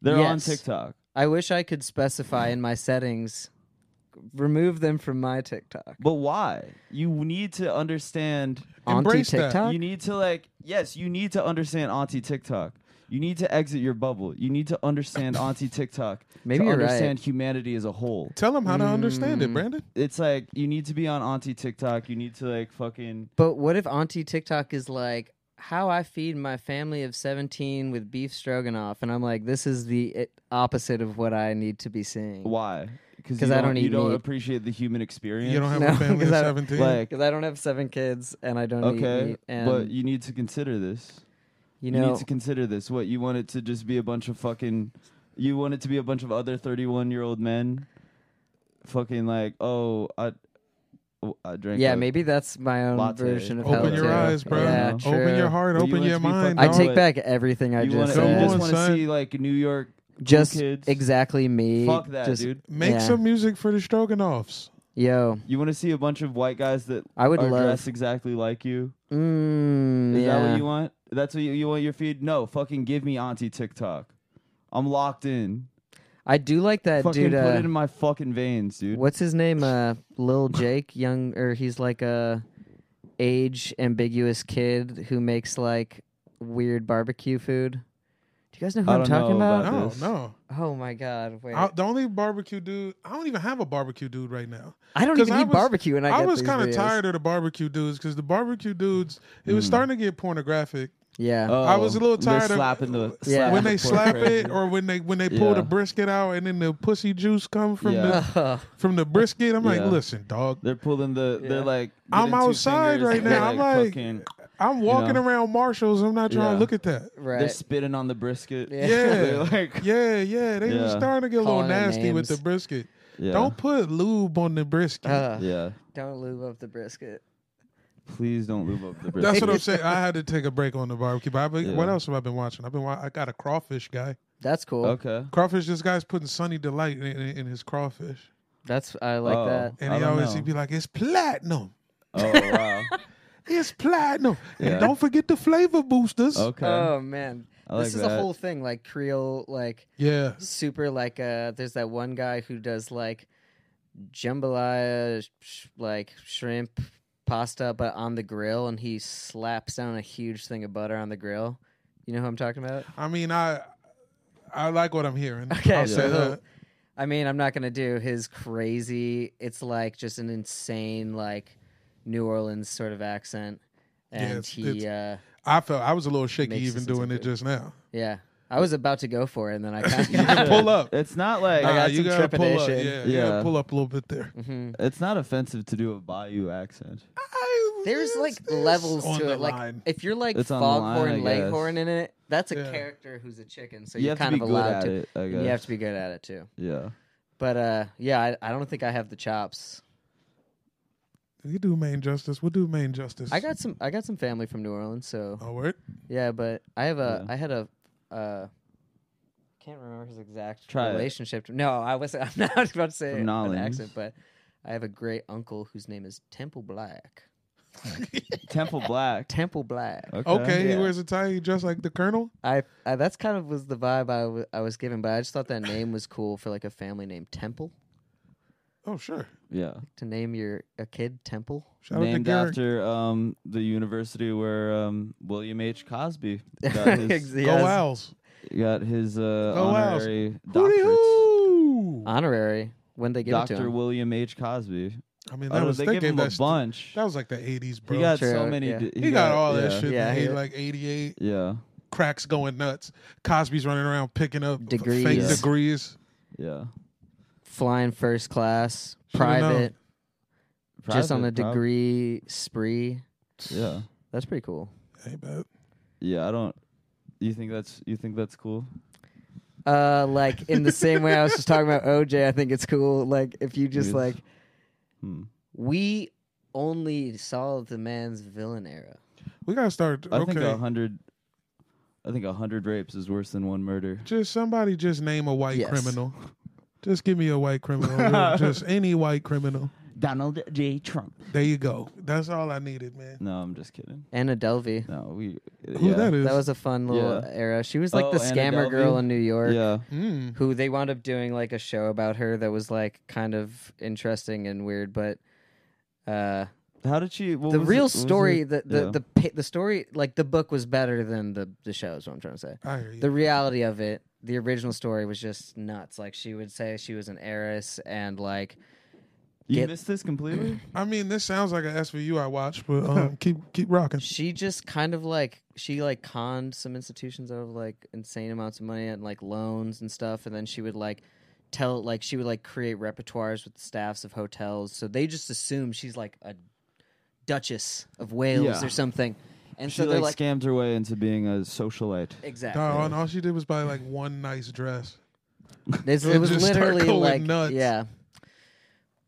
S1: They're on
S3: Yes.
S1: TikTok.
S3: i wish i could specify in my settings remove them from my tiktok
S1: But why? You need to understand.
S3: on
S2: Embrace that.
S3: tiktok
S1: You need to like. Yes, you need to understand Auntie TikTok. You need to exit your bubble. You need to understand Auntie TikTok.
S3: <coughs> Maybe
S1: to
S3: you're right.
S1: understand humanity as a whole.
S2: Tell them how to understand
S3: Mm,
S2: it, Brandon.
S1: It's like you need to be on Auntie TikTok. You need to like fucking.
S3: But what if Auntie TikTok is like, how I feed my family of 17 with beef stroganoff? And I'm like, this is the it, opposite of what I need to be seeing.
S1: Why?
S3: 'Cause
S1: you
S3: I don't
S1: You
S3: eat
S1: don't
S3: meat.
S1: appreciate the human experience.
S2: You don't have
S3: <laughs> No,
S2: a family of
S3: <laughs> 'cause I-
S2: 17.
S1: like.
S3: Because I don't have seven kids and I don't eat
S1: Okay,
S3: meat. And,
S1: but you need to consider this.
S3: you
S1: you
S3: know,
S1: need to consider this. What you want it to just be a bunch of fucking, you want it to be a bunch of other thirty-one-year-old men, fucking like, oh, I, oh, I drank.
S3: yeah,
S1: a-
S3: maybe that's my own
S1: Latte.
S3: version of
S1: Open
S3: hell.
S2: Open your
S3: too.
S2: eyes, bro.
S3: Yeah,
S2: Open
S3: true.
S2: your heart.
S1: Well, you
S2: open
S1: want it
S2: your
S1: to be
S2: mind.
S1: fucking-
S3: I
S2: dog.
S1: No,
S3: take
S1: but
S3: back everything I
S1: You want
S3: just
S1: to
S2: Come
S1: you
S3: said.
S1: just
S2: on,
S1: want to
S2: son.
S1: see like New York, cool
S3: just
S1: kids.
S3: exactly me.
S1: Fuck that,
S3: just-
S1: dude.
S2: Make
S3: yeah.
S2: some music for the Stroganoffs.
S3: Yo.
S1: You want to see a bunch of white guys that
S3: I would
S1: are
S3: love-
S1: dressed exactly like you.
S3: Mm,
S1: Is
S3: yeah.
S1: that what you want? That's what you, you want your feed? No, fucking give me Auntie TikTok. I'm locked in.
S3: I do like that
S1: Fucking
S3: dude.
S1: put
S3: uh,
S1: it in my fucking veins, dude.
S3: What's his name? Uh, Lil Jake, young, or he's like a age ambiguous kid who makes like weird barbecue food. Do you guys know who
S1: I
S3: I'm
S1: don't
S3: talking
S1: know
S3: about?
S1: about
S2: No,
S1: this.
S2: no.
S3: Oh my god! Wait,
S2: I,
S3: I,
S2: the only barbecue dude, I don't even have a barbecue dude right now.
S3: don't
S2: 'cause
S3: even
S2: I
S3: eat
S2: was-
S3: barbecue, and I,
S2: I
S3: get
S2: was
S3: kind of
S2: tired of the barbecue dudes because the barbecue dudes, it
S1: Mm.
S2: was starting to get pornographic.
S3: Yeah,
S1: Oh,
S2: I was a little
S1: they're
S2: tired of-
S1: slapping the
S3: Yeah.
S1: slapping
S2: when
S1: the <laughs>
S2: they
S1: pork
S2: slap
S1: crazy.
S2: it or when they when they pull
S1: Yeah.
S2: the brisket out and then the pussy juice come from
S1: Yeah.
S2: the from the brisket. I'm like,
S1: Yeah.
S2: listen, dog.
S1: They're pulling the.
S3: Yeah.
S1: They're like.
S2: I'm
S1: getting two
S2: outside
S1: fingers
S2: right
S1: and
S2: now.
S1: they're,
S2: I'm like-
S1: fucking-
S2: I'm walking
S1: know.
S2: around Marshalls. I'm not trying to
S1: Yeah.
S2: look at that.
S1: they're
S3: <laughs> right.
S1: spitting on the brisket. <laughs>
S3: Yeah.
S1: They're
S2: Yeah,
S1: like.
S2: yeah, yeah. They were
S1: Yeah.
S2: starting to get a little
S3: Calling their
S2: nasty with the
S3: names.
S2: brisket.
S1: Yeah.
S2: Don't <laughs> put lube on the brisket.
S3: Uh,
S1: Yeah.
S3: Don't lube up the brisket.
S1: Please don't lube up the brisket.
S2: That's what I'm saying. I had to take a break on the barbecue. But I've been,
S1: Yeah.
S2: what else have I been watching? I've been. wa- I got a crawfish guy.
S3: That's cool.
S1: Okay.
S2: Crawfish. This guy's putting Sunny Delight in, in, in his crawfish,
S3: That's I like
S1: Oh.
S3: that.
S2: and
S1: I
S2: he
S1: don't
S2: always
S1: know.
S2: he'd be like, "It's platinum.
S1: Oh
S3: <laughs>
S1: wow.
S2: It's platinum.
S1: Yeah.
S2: And don't forget the flavor boosters."
S1: Okay.
S3: Oh man,
S1: I like
S3: this is
S1: that.
S3: a whole thing. Like Creole, like
S2: Yeah.
S3: super like uh there's that one guy who does like jambalaya, sh- like shrimp pasta, but on the grill, and he slaps down a huge thing of butter on the grill. You know who I'm talking about?
S2: I mean, I I like what I'm hearing.
S3: Okay,
S2: I'll say
S3: so-
S2: that.
S3: <laughs> I mean, I'm not gonna do his crazy. It's like just an insane, like New Orleans sort of accent, and
S2: it's-
S3: he, uh,
S2: I felt I was a little shaky
S3: Makes
S2: even
S3: sense,
S2: doing it
S3: okay.
S2: just now.
S3: yeah. I was about to go for it, and then I kind
S2: You <laughs> can
S3: of
S2: pull
S3: <laughs>
S2: up.
S1: It's not like
S3: I
S2: Nah,
S3: got
S2: you
S3: some
S2: gotta pull up. Yeah,
S3: trepidation. Mm-hmm.
S2: you gotta
S1: Yeah.
S2: pull up a little bit there.
S1: it's not offensive to do a Bayou accent.
S2: I-
S3: There's
S2: it's-
S3: like
S2: it's
S3: levels
S2: on
S3: to
S2: the
S3: it. Like
S2: line.
S3: if you're like
S1: It's on the line,
S3: foghorn,
S1: I guess.
S3: leghorn in it, that's a
S2: Yeah.
S3: character who's a chicken. So
S1: You
S3: you're
S1: have to
S3: kind
S1: be
S3: of
S1: good
S3: allowed
S1: at
S3: to.
S1: it, I
S3: and You
S1: guess.
S3: have to be good at it too.
S1: Yeah.
S3: But uh, yeah, I, I don't think I have the chops.
S2: you do main justice. We'll do main justice.
S3: I got some. I got some family from New Orleans, so
S2: Oh, word.
S3: yeah. But I have a.
S1: Yeah.
S3: I had a. Uh, can't remember his exact
S1: Try it.
S3: relationship. To, no, I was. <laughs> I'm not about to say
S1: From
S3: an
S1: Nolens.
S3: accent, but I have a great uncle whose name is Temple Black.
S1: Temple
S2: <laughs>
S1: Black.
S3: Temple Black.
S2: Okay, he
S3: Yeah.
S2: wears a tie. He dressed like the colonel.
S3: I, I that's kind of was the vibe I wa- I was given, but I just thought that name was cool for like a family name, Temple.
S2: Oh, sure.
S1: Yeah.
S3: To name your a kid Temple.
S2: Shout
S1: Named
S2: out to Garrett.
S1: after um, the university where um, William H. Cosby
S3: <laughs>
S1: got his,
S2: Go
S3: Yes.
S2: Owls.
S1: got his uh,
S2: Go Owls.
S1: honorary
S2: Hootie
S1: doctorate.
S2: hoo!
S1: Uh,
S3: Honorary when they give it to
S1: Doctor
S3: him.
S1: William H. Cosby.
S2: I mean,
S1: Oh,
S2: that was
S1: they
S2: they,
S1: gave
S2: gave
S1: him a
S2: that st-
S1: bunch.
S2: That was like the '80s, bro.
S1: he got so
S3: True,
S1: many.
S3: yeah.
S1: d-
S2: He got all
S1: yeah,
S2: that shit.
S3: Yeah,
S2: Yeah, he
S3: he-
S2: like '88
S1: Yeah,
S2: cracks going nuts. Cosby's running around picking up f- fake
S3: Degrees.
S2: degrees.
S1: yeah.
S3: Flying first class,
S2: Should've known.
S3: private, just on
S1: Private,
S3: a
S1: prob-
S3: degree spree.
S1: Yeah,
S3: That's pretty cool.
S2: Ain't bad.
S1: yeah. I don't. You think that's you think that's cool?
S3: Uh, like in the same way I was just talking about OJ, I think it's cool. Like if you just
S1: Yes.
S3: like,
S1: Hmm.
S3: we only saw the man's villain era.
S2: We gotta start.
S1: I think
S2: okay,
S1: a hundred. I think a hundred rapes is worse than one murder.
S2: just somebody just name a white
S3: Yes.
S2: criminal. Just give me a white
S1: <laughs>
S2: criminal. just any white criminal.
S1: Donald J. Trump.
S2: There you go. That's all I needed, man.
S1: No, I'm just kidding.
S3: Anna Delvey.
S1: No, we.
S2: Who
S1: yeah.
S2: that is?
S3: That was a fun little
S1: Yeah.
S3: era. She was like
S1: Oh,
S3: the
S1: Anna
S3: scammer girl
S1: Delvey?
S3: in New York.
S1: Yeah,
S2: Mm.
S3: who they wound up doing like a show about her that was like kind of interesting and weird, but uh,
S1: How did she? What
S3: the
S1: was it-
S3: real
S1: what was
S3: story,
S1: it?
S3: the the,
S1: Yeah.
S3: the pa- the story, like the book was better than the the show. Is what I'm trying to say.
S2: I hear you.
S3: The reality of it, the original story was just nuts. Like she would say she was an heiress and like
S1: you
S3: get-
S1: missed this completely.
S2: I mean, this sounds like an SVU I watched, but um, keep keep rocking.
S3: she just kind of like she like conned some institutions out of like insane amounts of money and like loans and stuff and then she would like tell like she would like create repertoires with the staffs of hotels so they just assume she's like a duchess of wales
S1: Yeah.
S3: or something and
S1: she
S3: so they're
S1: like,
S3: like
S1: scammed her way into being a socialite.
S3: exactly
S2: Dog, and all she did was buy like one nice dress.
S3: It's- it
S2: and
S3: was
S2: just start
S3: literally
S2: going
S3: like
S2: nuts.
S3: yeah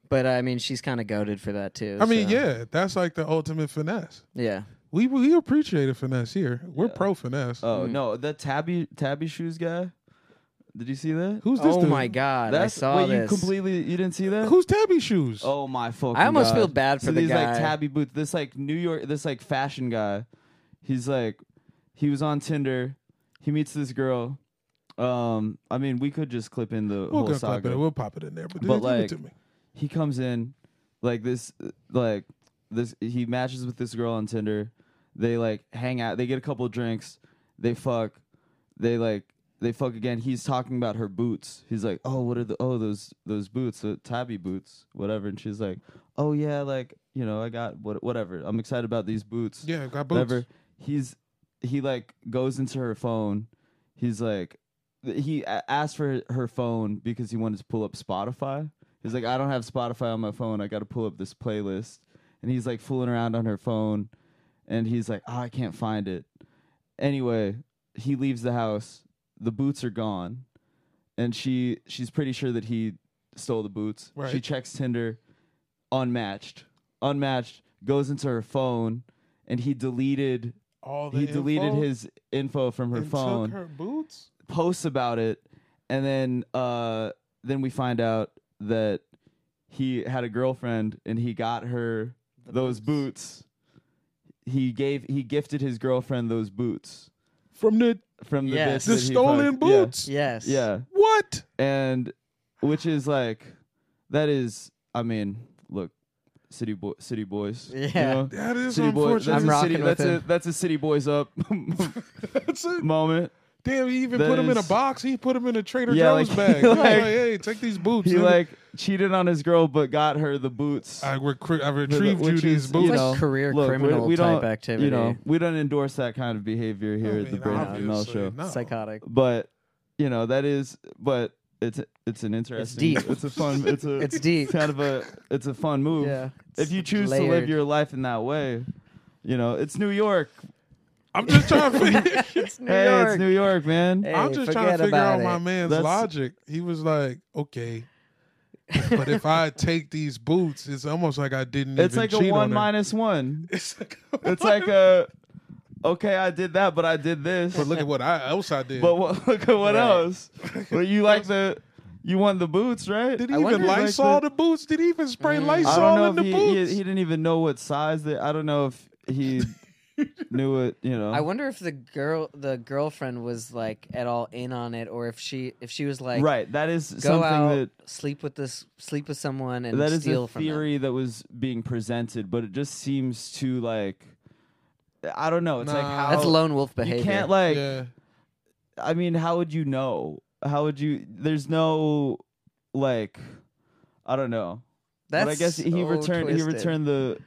S3: but i mean she's kind of goaded for that too
S2: I mean,
S3: so-
S2: yeah, that's like the ultimate finesse.
S3: yeah
S2: We we appreciate a finesse here. We're pro finesse.
S1: Oh
S3: Mm-hmm.
S1: no, the tabby tabby shoes guy. Did you see that?
S2: Who's this?
S3: oh
S2: dude?
S3: my god i
S1: That's
S3: saw
S1: wait,
S3: this
S1: you completely you didn't see that.
S2: Who's Tabby shoes?
S1: Oh my fucking!
S3: I almost
S1: God.
S3: feel bad
S1: So
S3: for the
S1: these like
S3: guy.
S1: tabby boots. This like New York, this like fashion guy. He's like, he was on Tinder. He meets this girl. Um, I mean, we could just clip in the
S2: we'll
S1: whole
S2: go pop it.
S1: saga.
S2: We'll pop it in there. But,
S1: But,
S2: give it
S1: like-
S2: to me.
S1: he comes in, like this, uh, like this. He matches with this girl on Tinder. They like hang out. They get a couple drinks. They fuck. They like they fuck again. He's talking about her boots. He's like, "Oh, what are the oh those those boots, the tabby boots, whatever." And she's like, "Oh yeah, like you know, I got what whatever. I'm excited about these boots."
S2: yeah, got boots.
S1: whatever. He's he like goes into her phone. He's like th- he a- asked for her phone because he wanted to pull up Spotify. He's like, I don't have Spotify on my phone. I got to pull up this playlist. And he's like fooling around on her phone, and he's like, oh, I can't find it. Anyway, he leaves the house. The boots are gone, and she she's pretty sure that he stole the boots.
S2: Right.
S1: She checks Tinder, unmatched, unmatched. Goes into her phone, and he deleted
S2: All Oh, the
S1: he deleted
S2: info
S1: his info from her
S2: and
S1: phone
S2: Took her boots.
S1: posts about it and then uh then we find out that he had a girlfriend and he got her those boots. he gave he gifted his girlfriend those boots
S2: from the
S1: from the
S3: Yes.
S1: bitch
S2: the
S1: that he
S2: stolen
S1: fucked. Yeah.
S2: boots.
S3: yes
S1: yeah
S2: What?
S1: and which is like that is I mean, look, city boy, city boys. you
S3: Yeah.
S1: know?
S2: That is
S1: city boys.
S2: unfortunate.
S1: That's
S3: I'm
S1: a city.
S3: rocking with
S1: That's a
S3: him.
S1: that's a city boys up <laughs>
S2: That's it.
S1: moment.
S2: Damn, he even
S1: That
S2: put him in a
S1: is-
S2: box. He put him in a Trader
S1: Yeah,
S2: Joe's
S1: like- <laughs>
S2: bag.
S1: he
S2: He's like,
S1: like-
S2: hey, take these boots.
S1: He
S2: nigga."
S1: like cheated on his girl, but got her the boots.
S2: I, recre- I retrieved you
S1: Which
S2: these
S1: is,
S2: boots.
S3: It's like career
S1: look, we-
S3: criminal
S1: we
S3: type
S1: don't-
S3: activity.
S1: You know, we don't endorse that kind of behavior
S2: I
S1: here at the
S2: mean,
S1: Brandon and Mel
S2: obviously,
S1: Show.
S2: no.
S3: Psychotic.
S1: But you know that is, but it's it's an interesting,
S3: deep.
S1: it's a fun, it's a,
S3: <laughs> It's deep.
S1: kind of a, it's a fun move.
S3: Yeah,
S1: If
S3: it's
S1: you choose to
S3: layered.
S1: live your life in that way, you know it's New York.
S2: I'm just trying to
S3: <laughs>
S2: figure, <laughs>
S3: It's New
S1: hey,
S3: York.
S1: it's New York, man.
S3: Hey,
S2: I'm just trying
S3: forget
S2: to figure
S3: about
S2: out my
S3: it.
S2: man's
S1: That's-
S2: logic. He was like, okay. but if I
S1: <laughs>
S2: take these boots, it's almost like I didn't
S1: it's
S2: even
S1: like a
S2: cheat
S1: one
S2: on her.
S1: minus one.
S2: <laughs> It's like,
S1: It's like a okay, I did that, but I did this.
S2: but look at what I else I did.
S1: But what, <laughs> look at what
S3: Right.
S1: else. But you like the, you want the boots, right?
S2: did he
S3: I
S2: even
S3: wonder-
S2: Lysol the, boots? Did he even spray
S3: Mm.
S1: I don't
S2: Lysol
S1: know
S2: in the
S1: if he,
S2: boots?
S1: He, he didn't even know what size that. I don't know if
S3: <laughs>
S1: he knew it. You know,
S3: I wonder if the girl, the girlfriend, was like at all in on it, or if she, if she was like,
S1: right. That is
S3: go
S1: something
S3: out,
S1: that
S3: sleep with this, sleep with someone, and
S1: that is
S3: steal
S1: a
S3: from them.
S1: theory that was being presented, but it just seems to like, I don't know. It's like
S2: Nah.
S1: how
S3: That's lone wolf
S1: you
S3: behavior.
S1: can't like.
S2: yeah.
S1: I mean, how would you know? How would you? There's no like, I don't know.
S3: That's
S1: but I guess he
S3: so
S1: returned. He
S3: twisted.
S1: returned the,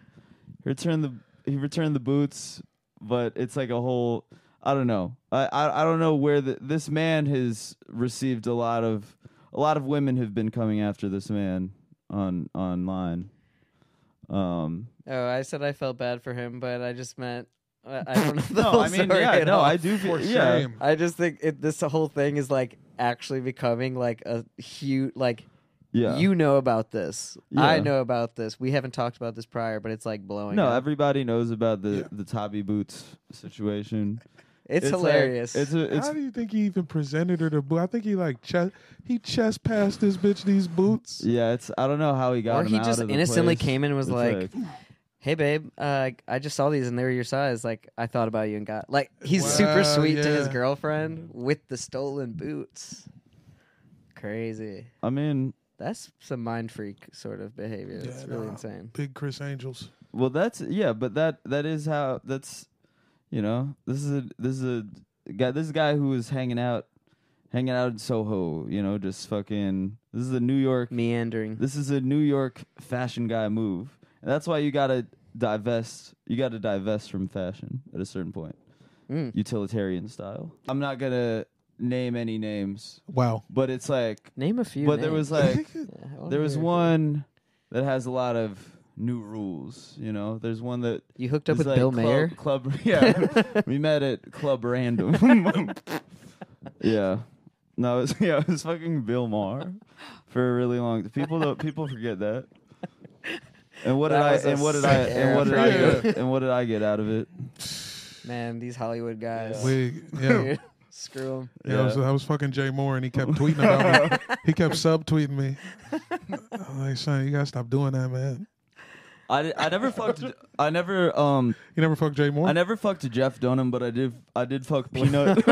S1: he returned the. He returned the boots, but it's like a whole. I don't know. I I, I don't know where the, this man has received a lot of. A lot of women have been coming after this man on online.
S3: <laughs>
S1: Um,
S3: Oh, I said I felt bad for him, but I just meant I
S1: <laughs>
S3: I don't know. The
S1: no,
S3: whole
S1: I mean,
S3: story
S1: yeah,
S3: at
S1: no,
S3: all.
S1: I do. Feel,
S2: For
S1: yeah,
S2: shame.
S3: I just think it, this whole thing is like actually becoming like a huge like
S1: yeah.
S3: you know about this. I
S1: Yeah.
S3: know about this. We haven't talked about this prior, but it's like blowing.
S1: no,
S3: up.
S1: everybody knows about the the Tobby boots situation.
S3: it's,
S1: like-
S3: hilarious.
S1: it's a, it's
S2: How do you think he even presented her the boot? I think he like chest he chest passed this bitch these boots.
S1: yeah. It's I don't know how he got.
S3: or
S1: him
S3: he
S1: out
S3: just
S1: of the
S3: innocently
S1: place.
S3: came in and was
S1: It's
S3: like, "Hey, babe, uh, I just saw these and they were your size. Like, I thought about you and got like he's
S2: Wow,
S3: super sweet to his
S2: yeah.
S3: girlfriend with the stolen boots. Crazy.
S1: I mean,
S3: That's some mind freak sort of behavior.
S2: Yeah,
S3: It's really
S2: nah.
S3: insane.
S2: Big Chris Angels.
S1: Well, that's yeah, but that that is how that's you know this is a this is a guy this guy who was hanging out hanging out in Soho, you know, just fucking. This is a New York.
S3: Meandering.
S1: This is a New York fashion guy move, and that's why you gotta divest. You gotta divest from fashion at a certain point,
S3: Mm.
S1: utilitarian style. I'm not gonna name any names,
S2: Wow.
S1: but it's like,
S3: Name a few.
S1: but there was
S3: names.
S1: like.
S3: <laughs> Oh, Yeah, I
S1: There was
S3: wonder.
S1: one that has a lot of new rules. You know, there's one that
S3: You hooked up
S1: is
S3: with
S1: like
S3: Bill
S1: club,
S3: Mayer.
S1: Club, <laughs> yeah, we met at Club Random. yeah, no, it was, <laughs> yeah, it was fucking Bill Maher for a really long. People don't, people forget that. And what
S3: That was
S1: did
S3: a
S1: I? And what did I?
S3: sick
S1: And what did I?
S2: era for
S1: Get, and what did I get out of it?
S3: Man, these Hollywood guys.
S2: Wig. Yeah.
S3: Dude, <laughs> Screw them.
S2: Yeah, I, was, I was fucking Jay Moore, and he kept tweeting about me. He kept subtweeting me. I'm like, son, you gotta stop doing that, man.
S1: I, di- I never fucked. I never um.
S2: You never fucked Jay Moore.
S1: I never fucked Jeff Dunham, but I did. I did fuck Peanut.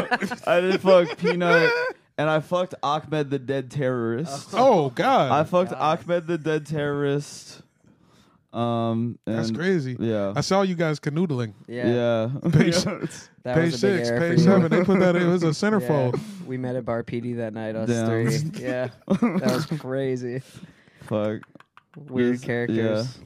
S2: <laughs>
S1: I did fuck Peanut, and I fucked Ahmed the dead terrorist.
S2: oh
S1: I
S2: God,
S1: fucked Ahmed the dead terrorist. Um, and
S2: that's crazy.
S1: Yeah,
S2: I saw you guys canoodling.
S3: Yeah.
S1: yeah. <laughs>
S2: Page,
S3: That
S2: page
S3: was a big
S2: six,
S3: era for
S2: page
S3: you.
S2: seven. They put that. It was a
S3: Yeah,
S2: centerfold. <laughs>
S3: <laughs> We met at Bar PD that night, us
S1: Damn. <laughs>
S3: three. Yeah. That was crazy.
S1: Fuck.
S3: Weird
S1: Yes,
S3: characters.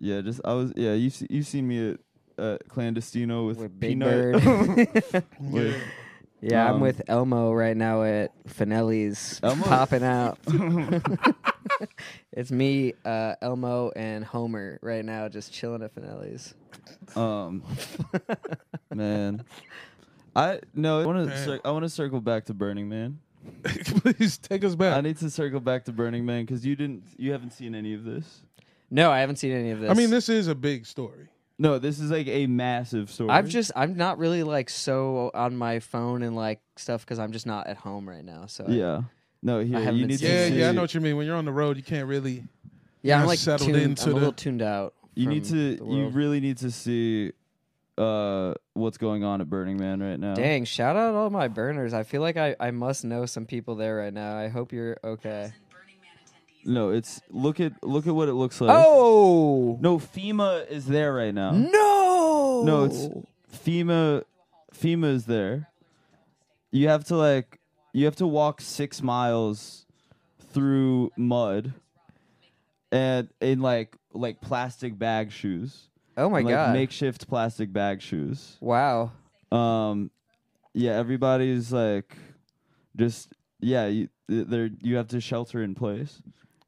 S1: Yeah, just I was. Yeah, you you seen me at uh, clandestino with,
S3: With Big
S1: Peanut.
S3: Bird.
S1: <laughs>
S3: <laughs>
S1: with,
S2: <laughs>
S3: yeah, I'm
S1: Um,
S3: with Elmo right now at Finelli's
S1: Elmo- <laughs>
S3: popping out. <laughs> it's me, uh, Elmo, and Homer right now just chilling at Finelli's.
S2: <laughs>
S1: um, man. I no. I want to.
S2: Man.
S1: Cir- I want to circle back to Burning Man.
S2: Please take us
S1: <laughs>
S2: back.
S1: I need to circle back to Burning Man because you didn't. You haven't seen any of this.
S3: No, I haven't seen any of this.
S2: I mean, this is a big story.
S1: No, this is like a massive story.
S3: I've just I'm not really like so on my phone and like stuff because I'm just not at home right now. So I-
S1: Yeah. No, here
S3: haven't
S1: you
S3: been
S1: need to
S3: seeing
S2: Yeah,
S3: it.
S1: see-
S2: yeah, I know what you mean. When you're on the road, you can't really.
S3: yeah,
S2: Kinda
S3: I'm like
S2: settled
S3: tuned,
S2: into
S3: I'm a
S2: the-
S3: little tuned out.
S1: you need
S3: from
S1: to
S3: the
S1: you
S3: world.
S1: really need to see uh what's going on at Burning Man right
S2: Oh.
S1: now.
S3: Dang! Shout out all my burners. I feel like I I must know some people there right now. I hope you're okay.
S4: Burning Man attendees.
S1: No, it's look at look at what it looks like.
S3: Oh
S1: No, FEMA is there right now.
S3: no!
S1: No, it's
S3: Oh.
S1: FEMA. FEMA is there. You have to like, you have to walk six miles through mud, and in like like plastic bag shoes.
S3: oh my
S1: like
S3: god!
S1: makeshift plastic bag shoes.
S3: wow.
S1: Um, yeah, everybody's like, just yeah, you, they're you have to shelter in place.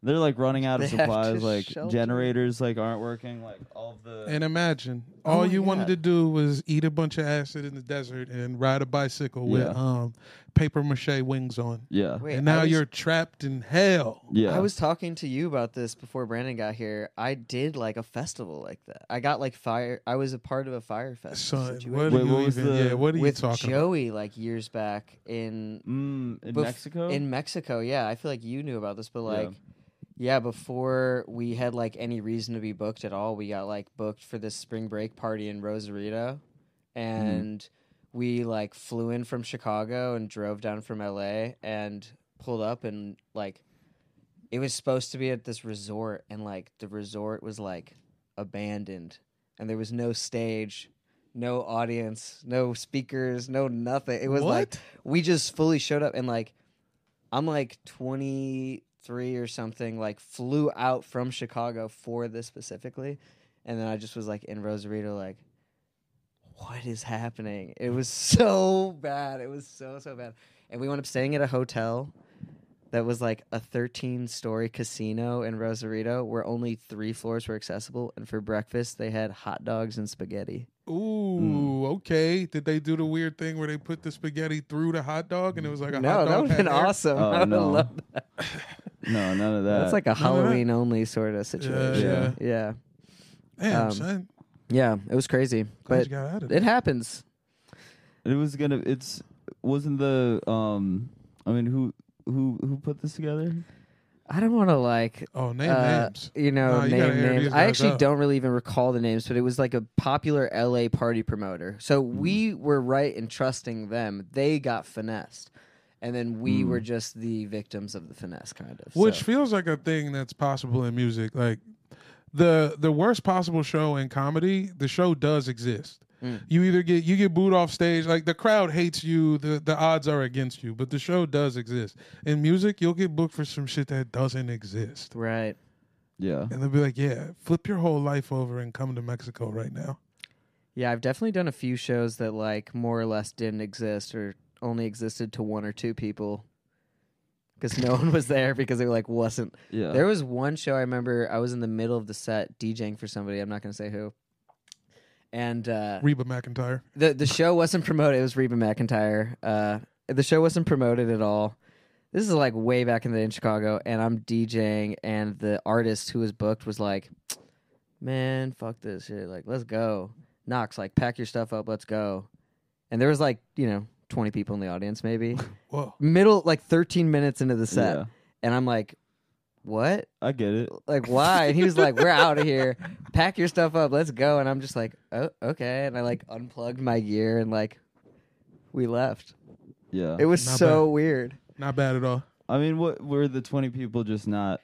S1: They're like running out of
S3: <laughs> They have to
S1: supplies. Like
S3: shelter.
S1: generators like aren't working. Like all the
S2: And imagine
S3: Oh
S2: all you wanted to do was eat a bunch of acid in the desert and ride a bicycle with
S1: Yeah.
S2: um, paper mache wings on.
S1: yeah
S3: Wait,
S2: and
S3: I
S2: now
S3: was-
S2: you're trapped in hell.
S1: yeah.
S3: I was talking to you about this before Brandon got here. I did like a festival like that. I got like fire. I was a part of a fire festival
S2: Son,
S3: situation
S2: what
S1: Wait,
S2: are you
S1: what was
S2: even?
S1: the-
S2: yeah, what are you
S3: with
S2: talking about?
S3: Joey like years back in
S1: Mm, in
S3: bef-
S1: Mexico?
S3: In Mexico, yeah. I feel like you knew about this, but
S1: Yeah.
S3: like, yeah. before we had like any reason to be booked at all, we got like booked for this spring break party in Rosarito,
S1: Mm-hmm.
S3: and we like flew in from Chicago and drove down from LA and pulled up and like, it was supposed to be at this resort and like the resort was like abandoned and there was no stage. No audience, no speakers, no nothing. It was like
S2: What?
S3: we just fully showed up and like I'm like 23 or something, like flew out from Chicago for this specifically. And then I just was like in Rosarito, like, what is happening? It was <laughs> so bad. It was so, so bad. And we wound up staying at a hotel that was like a 13 story casino in Rosarito where only three floors were accessible. And for breakfast, they had hot dogs and spaghetti. Hmm.
S2: Ooh, okay. Did they do the weird thing where they put the spaghetti through the hot dog and it was like a
S3: No,
S2: hot dog?
S3: that would have been
S2: had air?
S3: awesome.
S1: Oh,
S3: <laughs> I would
S1: no.
S3: love that.
S1: <laughs> no, none of that.
S2: <laughs>
S3: That's like a
S2: no, no.
S3: Halloween only sort of situation. Yeah.
S1: yeah.
S3: yeah.
S2: Damn,
S3: Um,
S2: son.
S3: It was crazy.
S2: Glad
S3: But
S2: you got out of
S3: it
S2: it.
S3: happens.
S1: it was gonna. It's wasn't the um. I mean, who who who put this together?
S3: I don't want to like
S2: Oh, name
S3: uh,
S2: names.
S3: you know
S2: Nah, you gotta
S3: name
S2: air
S3: names.
S2: these
S3: I
S2: guys
S3: actually
S2: out.
S3: don't really even recall the names, but it was like a popular LA party promoter. So
S2: Mm-hmm.
S3: we were right in trusting them. They got finessed. And then we were just the victims of the finesse kind of.
S2: Mm. Which
S3: so-
S2: feels like a thing that's possible in music. Like the the worst possible show in comedy, the show does exist.
S3: Mm.
S2: You either get you get booed off stage, like the crowd hates you, the the odds are against you, but the show does exist. In music, you'll get booked for some shit that doesn't exist.
S3: right.
S1: Yeah.
S2: And they'll be like, "Yeah, flip your whole life over and come to Mexico right now."
S3: Yeah, I've definitely done a few shows that like more or less didn't exist or only existed to one or two people because no <laughs> one was there because it like wasn't.
S1: Yeah.
S3: There was one show I remember I was in the middle of the set DJing for somebody. I'm not going to say who. And uh,
S2: Reba McIntyre.
S3: the the show wasn't promoted. It was Reba McIntyre. Uh, the show wasn't promoted at all. This is like way back in the day in Chicago, and I'm DJing, and the artist who was booked was like, "Man, fuck this shit. Like, let's go." Knox, like, pack your stuff up. Let's go. And there was like, you know, 20 people in the audience, maybe
S2: Whoa.
S3: middle, like 13 minutes into the set,
S1: Yeah.
S3: and I'm like, "What?
S1: I get it.
S3: like why and he was like we're out of here pack your stuff up let's go and i'm just like oh okay and i like unplugged my gear and like we left
S1: Yeah.
S3: it was
S2: Not
S3: so weird
S2: Not bad at all.
S1: I mean, what were the twenty people just not?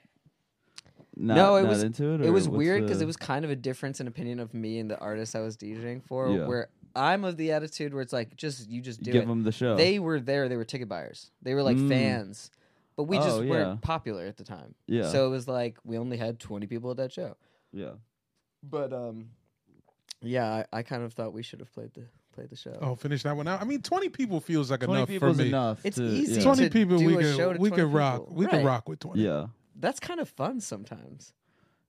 S1: Not,
S3: no it
S1: not
S3: was
S1: into it.
S3: it
S1: or
S3: was
S1: what's
S3: weird because
S1: the-
S3: it was kind of a difference in opinion of me and the artist i was djing for
S1: Yeah.
S3: where i'm of the attitude where it's like just you just do
S1: give
S3: it
S1: them the show.
S3: they were there they were ticket buyers they were like
S1: Mm.
S3: fans but we just
S1: Oh, yeah.
S3: weren't popular at the time
S1: Yeah.
S3: so it was like we only had 20 people at that show
S1: yeah.
S3: But um, yeah, I, I kind of thought we should have played the played the show.
S2: Oh, finish that one out. I mean, twenty people feels like
S1: Twenty
S2: enough
S1: people
S2: for
S1: is
S2: me.
S1: enough.
S3: It's
S1: to-
S3: easy
S1: Yeah.
S3: to-
S2: Twenty people,
S3: do
S2: we
S3: a show
S2: could
S3: to
S2: we
S3: 20
S2: could rock.
S3: people.
S2: We could
S3: Right.
S2: rock with twenty.
S1: Yeah.
S3: That's kind of fun sometimes.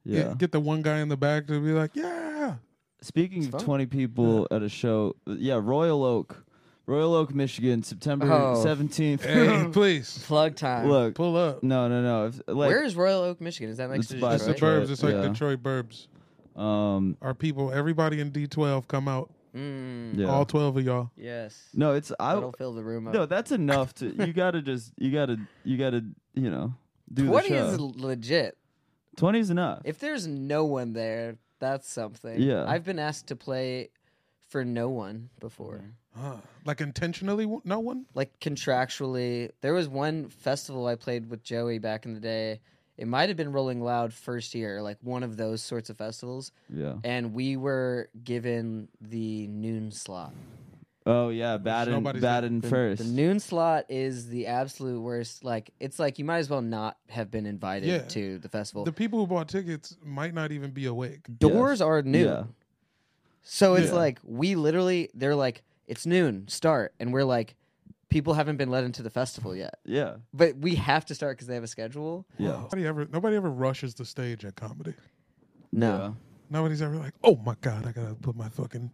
S1: Yeah.
S2: Get- Get the one guy in the back to be like, "Yeah."
S1: <laughs> Speaking of
S3: fun.
S1: 20 people at a show, yeah, Royal Oak, Royal Oak, Michigan, September
S3: Oh.
S1: 17th.
S2: Hey, please
S3: Plug
S1: <laughs>
S3: time.
S1: Look,
S2: pull up.
S1: no, no, no. If, like,
S3: Where is Royal Oak, Michigan? Is that next
S1: It's
S3: to
S1: by
S2: It's
S3: Detroit?
S2: the
S1: Detroit,
S2: burbs. It's like
S1: yeah.
S2: Detroit burbs.
S1: um,
S2: Our people, everybody in D twelve, come out.
S3: Mm,
S1: yeah.
S2: All twelve of y'all.
S3: yes.
S1: no, it's I.
S3: That'll fill the room up.
S1: No, that's enough to. You gotta just. You gotta. You gotta. You know, do the
S3: Twenty is
S1: show.
S3: l- legit.
S1: 20 is enough.
S3: If there's no one there, that's something.
S1: Yeah.
S3: I've been asked to play for no one before.
S2: Huh. Like intentionally, w- no one.
S3: like contractually there was one festival i played with joey back in the day It might have been Rolling Loud first year, like one of those sorts of festivals.
S1: Yeah.
S3: And we were given the noon slot.
S1: Oh yeah, Baden
S2: nobody's-
S1: Baden
S3: The,
S1: first.
S3: the noon slot is the absolute worst. Like it's like you might as well not have been invited
S2: Yeah.
S3: to the
S1: Oh.
S3: festival.
S2: The people who bought tickets might not even be awake.
S3: Doors are noon.
S1: Yeah.
S3: So it's
S1: Yeah.
S3: like we literally they're like it's noon, start, and we're like people haven't been let into the festival yet.
S1: yeah.
S3: But we have to start because they have a schedule.
S1: Yeah.
S2: Nobody ever nobody ever rushes the stage at comedy.
S1: Yeah. <laughs>
S3: No.
S2: Nobody's ever like, oh my god, I gotta put my fucking,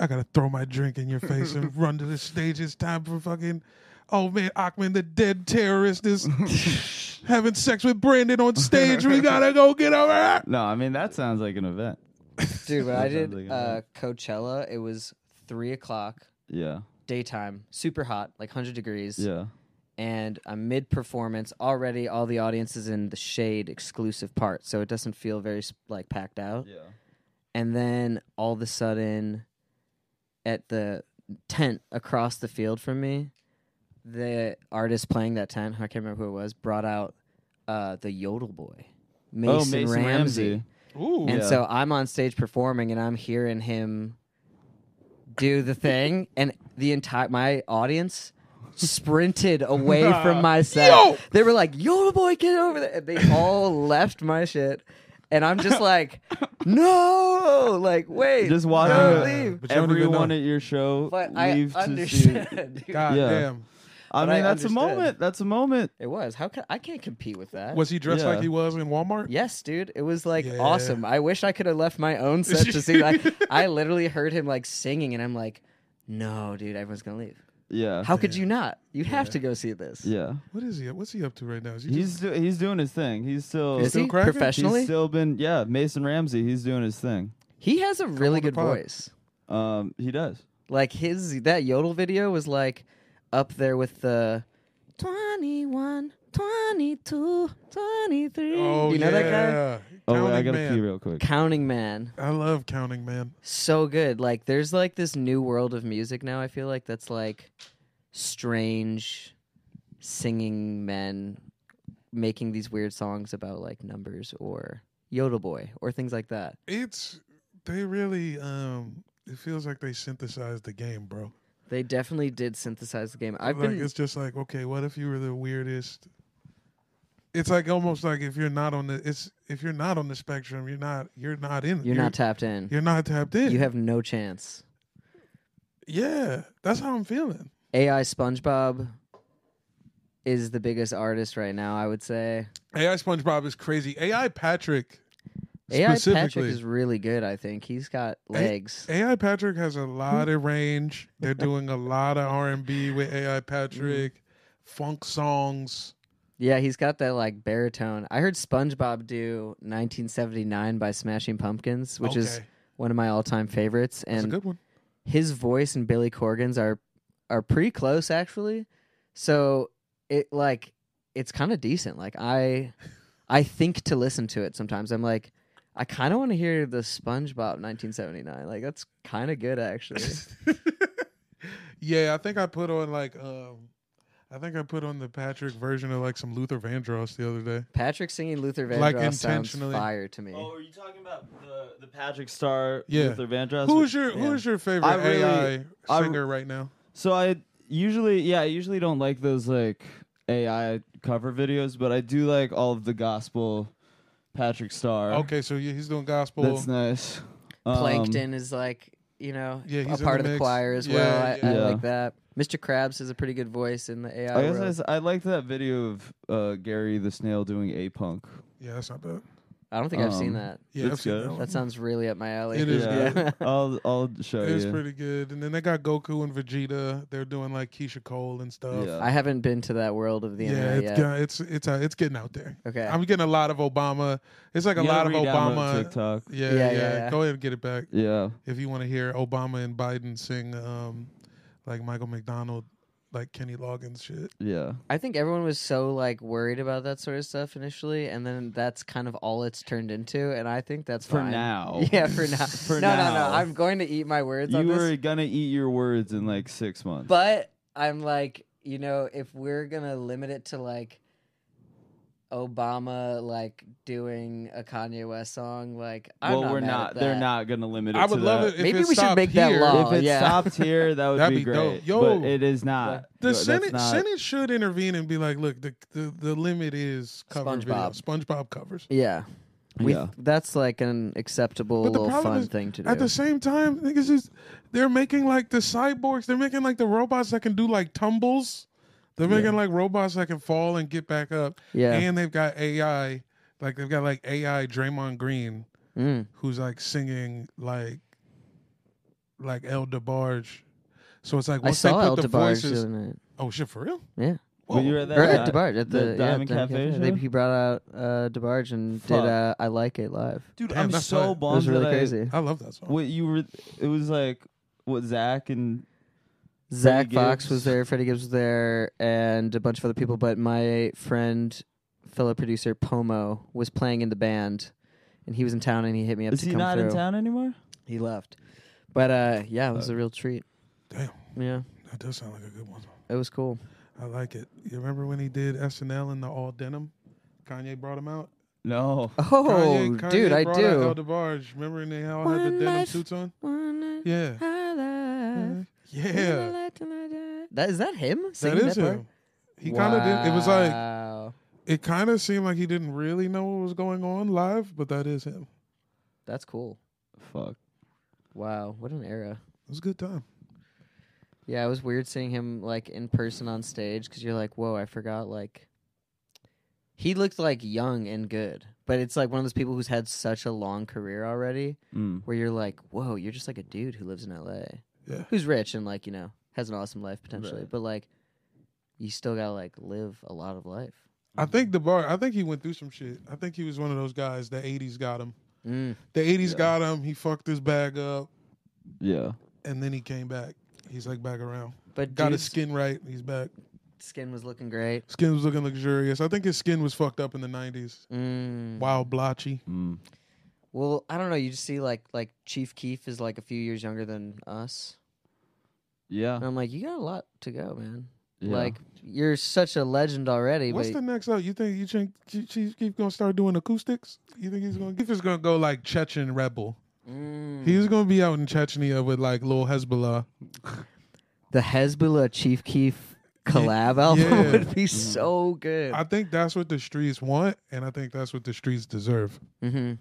S2: I gotta throw my drink in your face
S1: <laughs>
S2: and run to the stage. It's time for fucking, oh man, Achman the dead terrorist is
S1: <laughs>
S2: having sex with Brandon on stage. We gotta go get over her.
S1: <laughs> No, I mean that sounds like an event.
S3: Dude, when I did
S1: sounds like a
S3: uh, Coachella, it was three o'clock,
S1: Yeah.
S3: daytime, super hot, like hundred degrees.
S1: Yeah.
S3: And I'm mid performance already. All the audience is in the shade exclusive part, so it doesn't feel very s- like packed out.
S1: Yeah.
S3: And then all of a sudden, at the tent across the field from me, the artist playing that tent, I can't remember who it was, brought out uh, the Yodel Boy, Mason,
S1: Oh, Mason
S3: Ramsey.
S1: Ramsey.
S2: Ooh,
S3: And
S1: Yeah.
S3: so I'm on stage performing and I'm hearing him do
S1: <laughs>
S3: the thing and the entire my audience
S1: <laughs>
S3: sprinted away from my set.
S2: Yo!
S3: They were like, "Yo boy, get over there." And they all <laughs> left my shit. And I'm
S1: <laughs>
S3: just like, "No!" Like, "Wait.
S1: Just watch
S3: no,
S2: uh,
S3: leave."
S2: But you don't even
S1: everyone
S2: know.
S1: at your show
S3: But I
S1: leave to see.
S3: understand. dude.
S2: god
S1: Yeah.
S2: damn.
S1: I
S3: But
S1: mean
S3: I
S1: that's a
S3: understand.
S1: moment. That's a moment.
S3: It was. How can I can't compete with that?
S2: Was he dressed
S1: Yeah.
S2: like he was in Walmart?
S3: Yes, dude. It was like
S2: Yeah.
S3: awesome. I wish I could have left my own set to see. Like,
S2: <laughs>
S3: I literally heard him like singing, and I'm like, no, dude, everyone's gonna leave.
S1: Yeah.
S3: How could you not? You have to go see this.
S1: Yeah.
S2: What is he? What's he up to right now? Is he just,
S1: He's do- he's doing his thing. He's still
S3: Is
S2: Still
S3: he
S2: cracking?
S1: he's
S3: professionally?
S1: still been yeah, Mason Ramsey, he's doing his thing.
S3: he has a really
S2: the
S3: good
S2: pod.
S3: voice.
S1: Um he does.
S3: Like his that yodel video was like up there with the 21, 22, 23.
S2: oh
S3: you
S2: yeah.
S3: know that guy?
S1: Oh
S2: Counting
S1: wait, I got to
S2: man.
S1: pee real quick.
S3: Counting Man.
S2: I love Counting Man.
S3: so good. Like there's like this new world of music now. I feel like that's like strange singing men making these weird songs about like numbers or Yodel Boy or things like that.
S2: It's they really. um It feels like they synthesized the game, bro.
S3: They definitely did synthesize the game. I've
S2: like
S3: been
S2: it's just like okay, what if you were the weirdest? It's like almost like if you're not on the it's if you're not on the spectrum, you're not you're not in.
S3: you're not tapped in.
S2: You're not tapped in.
S3: You have no chance.
S2: yeah, that's how I'm feeling.
S3: AI SpongeBob is the biggest artist right now, I would say.
S2: AI SpongeBob is crazy. AI Patrick.
S3: AI Patrick
S2: specifically.
S3: is really good, I think. He's got legs.
S2: AI Patrick has a
S3: Hmm.
S2: lot of range.
S3: <laughs>
S2: They're doing a lot of R and B with AI Patrick,
S3: Mm-hmm.
S2: funk songs.
S3: Yeah, he's got that like baritone. I heard SpongeBob do 1979 by Smashing Pumpkins, which is
S2: Okay.
S3: one of my all-time favorites
S2: That's a
S3: and
S2: good one.
S3: his voice and Billy Corgan's are are pretty close actually. So it like it's kind of decent. Like I I think to listen to it sometimes. I'm like I kind of want to hear the SpongeBob 1979. Like that's kind of
S2: <laughs>
S3: good actually.
S2: Yeah, I think I put on like um, I think I put on the Patrick version of like some Luther Vandross the other day.
S3: Patrick singing Luther Vandross
S2: Like,
S3: sounds
S2: intentionally.
S3: fire to me.
S1: Oh, are you talking about the the Patrick Star
S2: Yeah.
S1: Luther Vandross?
S2: Who's your Who's your favorite
S1: I really-
S2: AI
S1: I-
S2: singer right now?
S1: So I usually yeah, I usually don't like those like AI cover videos, but I do like all of the gospel Patrick Star.
S2: Okay, so yeah, he's doing gospel.
S1: That's nice. Um,
S3: Plankton is like you know
S2: Yeah, he's
S3: a
S2: in the
S3: part of the
S2: mix.
S3: choir as
S2: Yeah,
S3: well. I,
S2: yeah.
S3: I
S1: Yeah.
S3: like that. Mr. Krabs has a pretty good voice in the AI.
S1: Um, I guess I,
S3: world.
S1: s- I liked that video of uh, Gary the Snail doing a punk.
S2: yeah, that's not bad.
S3: I don't think I've seen
S1: um,
S3: that.
S2: Yeah,
S1: That's
S2: I've seen
S1: good.
S2: that one.
S3: That sounds really up my alley.
S2: It is Yeah. good.
S1: <laughs> I'll I'll show
S2: It was
S1: you.
S2: pretty good. And then they got Goku and Vegeta. They're doing like Keisha Cole and stuff.
S1: Yeah.
S3: <laughs> I haven't been to that world of the
S2: Yeah,
S3: internet
S2: it's
S3: yet.
S2: got- it's it's uh, it's getting out there.
S3: Okay.
S2: I'm getting a lot of Obama. It's like a
S1: You
S2: lot
S1: gotta
S2: of
S1: re-download
S2: Obama.
S1: TikTok.
S2: Yeah yeah,
S3: Yeah, yeah, yeah.
S2: Go ahead and get it back
S1: Yeah.
S2: if you want to hear Obama and Biden sing um like Michael McDonald, like Kenny Loggins shit.
S1: Yeah.
S3: I think everyone was so like worried about that sort of stuff initially, and then that's kind of all it's turned into. And I think that's
S1: For
S3: fine.
S1: now.
S3: <laughs> Yeah, for now.
S1: For
S3: no, no,
S1: now.
S3: no. I'm going to eat my words
S1: You
S3: on this.
S1: were gonna eat your words in like six months.
S3: But I'm like, you know, if we're gonna limit it to like Obama like doing a Kanye West song. Like, I'm
S1: well,
S3: not
S1: we're
S3: mad
S1: not.
S3: At that.
S1: They're not going to limit it.
S2: I
S1: to
S2: would love
S1: that.
S2: it if
S3: Maybe
S2: it
S3: we should
S2: stopped
S3: make that
S2: here.
S3: law.
S1: If it
S3: yeah.
S1: stopped here, that would
S2: That'd
S1: be,
S2: be dope.
S1: great.
S2: Yo.
S1: but it is not.
S2: The
S1: That's
S2: Senate
S1: not-
S2: Senate should intervene and be like, look, the the, the limit is cover Video.
S3: SpongeBob.
S2: SpongeBob covers.
S3: Yeah. We
S1: Yeah.
S3: that's like an acceptable
S2: But the
S3: little
S2: problem
S3: fun
S2: is,
S3: thing to do.
S2: At the same time, niggas is they're making like the cyborgs. They're making like the robots that can do like tumbles. They're making like robots that can fall and get back up.
S3: Yeah.
S2: And they've got AI. Like they've got like AI Draymond Green,
S3: Mm.
S2: who's like singing like like El DeBarge. So it's like
S3: I
S2: once they
S3: saw
S2: put
S3: El
S2: the
S3: DeBarge
S2: voices.
S3: doing it.
S2: Oh shit, for real?
S3: Yeah.
S1: Were you at that?
S3: Or at
S1: di-
S3: DeBarge at the, yeah,
S1: Diamond
S3: Diamond
S1: Cafe.
S3: Cafe. They,
S1: show?
S3: he brought out uh, DeBarge and
S1: Fuck.
S3: did uh, I Like It live.
S1: Dude,
S2: Damn,
S1: I'm
S2: that's
S1: so
S2: tight.
S1: bummed.
S3: It was really
S1: that I-
S3: crazy.
S2: I love that song.
S1: What you were? It was like what Zach and
S3: Zach
S1: Freddie
S3: Fox
S1: Gibbs.
S3: was there, Freddie Gibbs was there, and a bunch of other people. But my friend, fellow producer Pomo, was playing in the band, and he was in town, and he hit me up
S1: is
S3: to
S1: he
S3: come
S1: not
S3: through.
S1: in town anymore?
S3: He left, but uh, yeah, it was a real treat.
S2: Damn,
S3: Yeah,
S2: that does sound like a good one.
S3: it was cool.
S2: I like it. You remember when he did SNL in the all denim? Kanye brought him out.
S1: No.
S3: Oh,
S2: Kanye- Kanye
S3: dude, I
S2: brought out El
S3: do.
S2: DeBarge. Remember when they all had the
S3: One
S2: denim
S3: life.
S2: suits on?
S3: Wanna
S2: Yeah.
S3: highlight. Wanna
S2: Yeah.
S3: light till I die. That is that him?
S2: That
S3: Singing
S2: is
S3: part?
S2: him. He kind of did. It was like,
S3: Wow.
S2: it kind of seemed like he didn't really know what was going on live, but that is him.
S3: that's cool.
S1: Fuck.
S3: Wow, what an era.
S2: It was a good time.
S3: Yeah, it was weird seeing him like in person on stage because you're like, whoa, I forgot. Like, he looked like young and good, but it's like one of those people who's had such a long career already,
S1: Mm.
S3: where you're like, whoa, you're just like a dude who lives in L.A.
S2: Yeah.
S3: who's rich and like you know has an awesome life potentially,
S1: Right.
S3: but like, you still gotta like live a lot of life.
S2: I think the bar, I think he went through some shit. I think he was one of those guys. The 80s got him.
S3: Mm.
S2: The 80s
S1: Yeah.
S2: got him. He fucked his bag up,
S1: Yeah.
S2: and then he came back. He's like back around.
S3: But
S2: Got his
S3: dude's
S2: skin right. He's back.
S3: skin was looking great.
S2: Skin was looking luxurious. I think his skin was fucked up in the 90s.
S1: Mm-hmm.
S3: Mm.
S2: Wild blotchy.
S1: Mm.
S3: Well, I don't know. You just see like like Chief Keef is like a few years younger than us,
S1: Yeah.
S3: and I'm like, you got a lot to go, man.
S1: yeah.
S3: Like you're such a legend already.
S2: What's the
S3: but
S2: next up? You think you think Ch- Chief Keef gonna start doing acoustics? You think he's gonna Keef is gonna go like Chechen rebel?
S1: Hmm.
S3: Mm.
S2: He's gonna be out in Chechnya with like Lil Hezbollah.
S3: the Hezbollah Chief Keef collab album
S2: <laughs>
S3: <laughs>
S2: yeah.
S3: would be
S1: Mm.
S3: so good.
S2: I think that's what the streets want, and I think that's what the streets deserve.
S3: mm-hmm.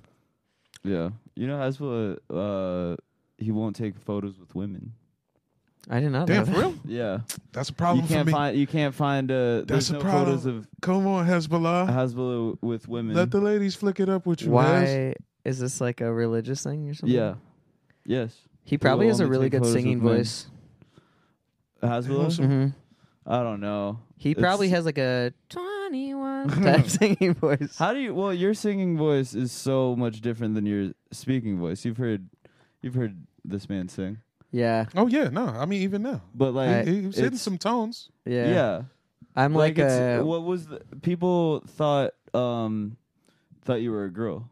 S1: yeah. You know, Hasbro. Uh, he won't take photos with women.
S3: I did not
S2: Damn,
S3: know.
S2: for real?
S1: Yeah.
S2: That's a
S1: You
S2: problem for
S1: can't
S2: me.
S1: find. You can't find. Uh,
S2: That's
S1: there's
S2: a
S1: no
S2: problem.
S1: photos of
S2: Come on, Hezbollah.
S1: Uh-huh, Hasbro with women.
S2: Let the ladies flick it up with you. Why?
S3: <laughs> Why is this like a religious thing or something?
S1: yeah. Yes.
S3: He probably
S1: will
S3: has a
S1: only
S3: really
S1: take
S3: good
S1: photos
S3: singing
S1: with men.
S3: voice.
S1: Hasbro.
S3: hmm
S2: Mm-hmm.
S1: I don't know.
S3: He
S1: It's-
S3: probably has like a 21
S2: <laughs>
S3: type singing voice.
S1: How do you? Well, your singing voice is so much different than your speaking voice. You've heard, you've heard this man sing,
S3: Yeah,
S2: Oh yeah, no. I mean, even now,
S1: but like,
S2: he, he was hitting
S1: it's-
S2: some tones.
S3: yeah,
S1: yeah, uh,
S3: I'm like, uh,
S1: it's-
S3: a
S1: what was the, people thought um thought you were a girl.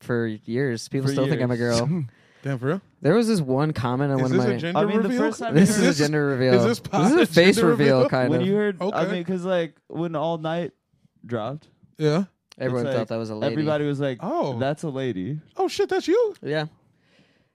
S3: for years people
S1: for
S3: still think I'm a
S2: <laughs>
S1: years.
S3: girl.
S2: Damn, for real.
S3: there was this one comment on
S2: Is
S3: one
S2: this
S3: of my.
S2: a gender
S1: I mean, the
S2: reveal?
S1: first time
S3: <laughs> this
S1: Is
S3: is
S1: this-
S3: a gender reveal.
S2: is this part
S3: a
S2: of
S3: face
S2: gender
S3: reveal,
S2: reveal?
S3: kind
S1: when
S3: of.
S1: you heard, I
S2: Okay.
S1: mean, because like when all night dropped,
S2: Yeah.
S3: Everyone
S1: it's
S3: thought
S1: like,
S3: that was a lady.
S1: Everybody was like,
S2: Oh.
S1: that's a lady."
S2: Oh shit, that's you.
S3: Yeah,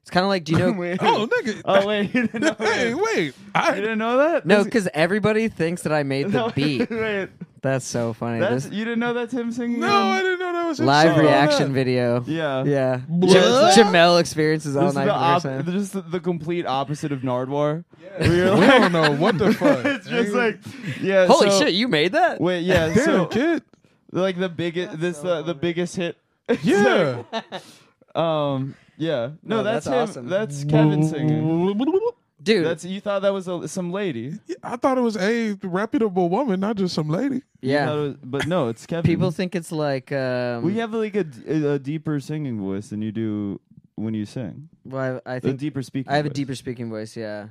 S3: it's kind of like
S1: <laughs>
S3: do you know?
S1: wait,
S2: Oh nigga.
S1: oh wait, you didn't know,
S2: hey,
S1: that?
S2: wait.
S1: You
S2: I
S1: didn't know that?
S3: no,
S1: That's-
S3: because everybody thinks that I made the
S1: <laughs> no,
S3: beat.
S1: wait,
S3: That's so funny.
S1: that's
S3: This
S1: you didn't know that's him singing.
S2: no,
S1: on-
S2: I didn't know that was him.
S3: live
S2: Sorry about
S3: reaction
S2: that.
S3: video.
S1: Yeah,
S3: Yeah,
S2: What?
S3: Jam- Jamel experiences all
S1: This is
S3: night.
S1: the op-
S3: for the first time.
S1: just the, the complete opposite of Nardwar. Where you're
S2: We
S1: like-
S2: don't
S1: <laughs>
S2: know what the fuck.
S1: it's just like, yeah.
S3: Holy
S1: so-
S3: shit, you made that?
S1: Wait, yeah.
S2: <laughs> damn
S1: so
S2: kid.
S1: <laughs> like the biggest, this uh, the biggest hit.
S2: Yeah.
S1: Um, yeah. No,
S3: No,
S1: that's,
S3: Oh, that's
S1: him.
S3: awesome.
S1: That's Kevin singing.
S3: Dude,
S1: That's you thought that was a, some lady.
S2: I thought it was a reputable woman, not just some lady.
S1: You thought
S3: yeah.
S1: it was- but no, it's Kevin.
S3: People think it's like um,
S1: we have like a, d- a deeper singing voice than you do when you sing.
S3: Well, I, I
S1: A
S3: think
S1: deeper speaking.
S3: I have a
S1: voice.
S3: deeper speaking voice, yeah.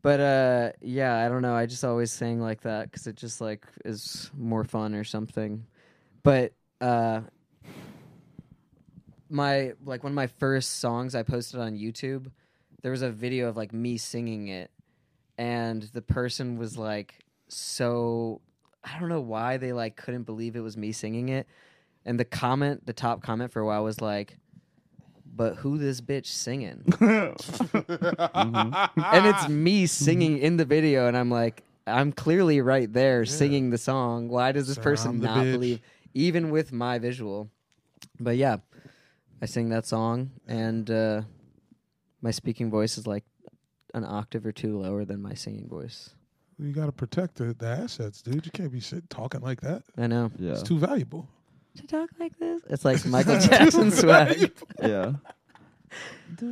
S3: But uh, yeah, I don't know. I just always sang like that because it just like is more fun or something. But uh, my like one of my first songs I posted on YouTube, there was a video of like me singing it, and the person was like so I don't know why they like couldn't believe it was me singing it. And the comment, the top comment for a while was like, but who this bitch singing? And it's me singing in the video, and I'm like, I'm clearly right there singing the song. Why does this
S2: So I'm
S3: person
S2: the
S3: not
S2: bitch.
S3: believe, even with my visual? But yeah, I sing that song, and uh, my speaking voice is like an octave or two lower than my singing voice.
S2: You got to protect the, the assets, dude. You can't be sitting talking like that.
S3: I know.
S1: Yeah.
S2: It's too
S1: <laughs>
S2: valuable.
S3: To talk like this, it's <laughs> like Michael Jackson swag.
S1: yeah.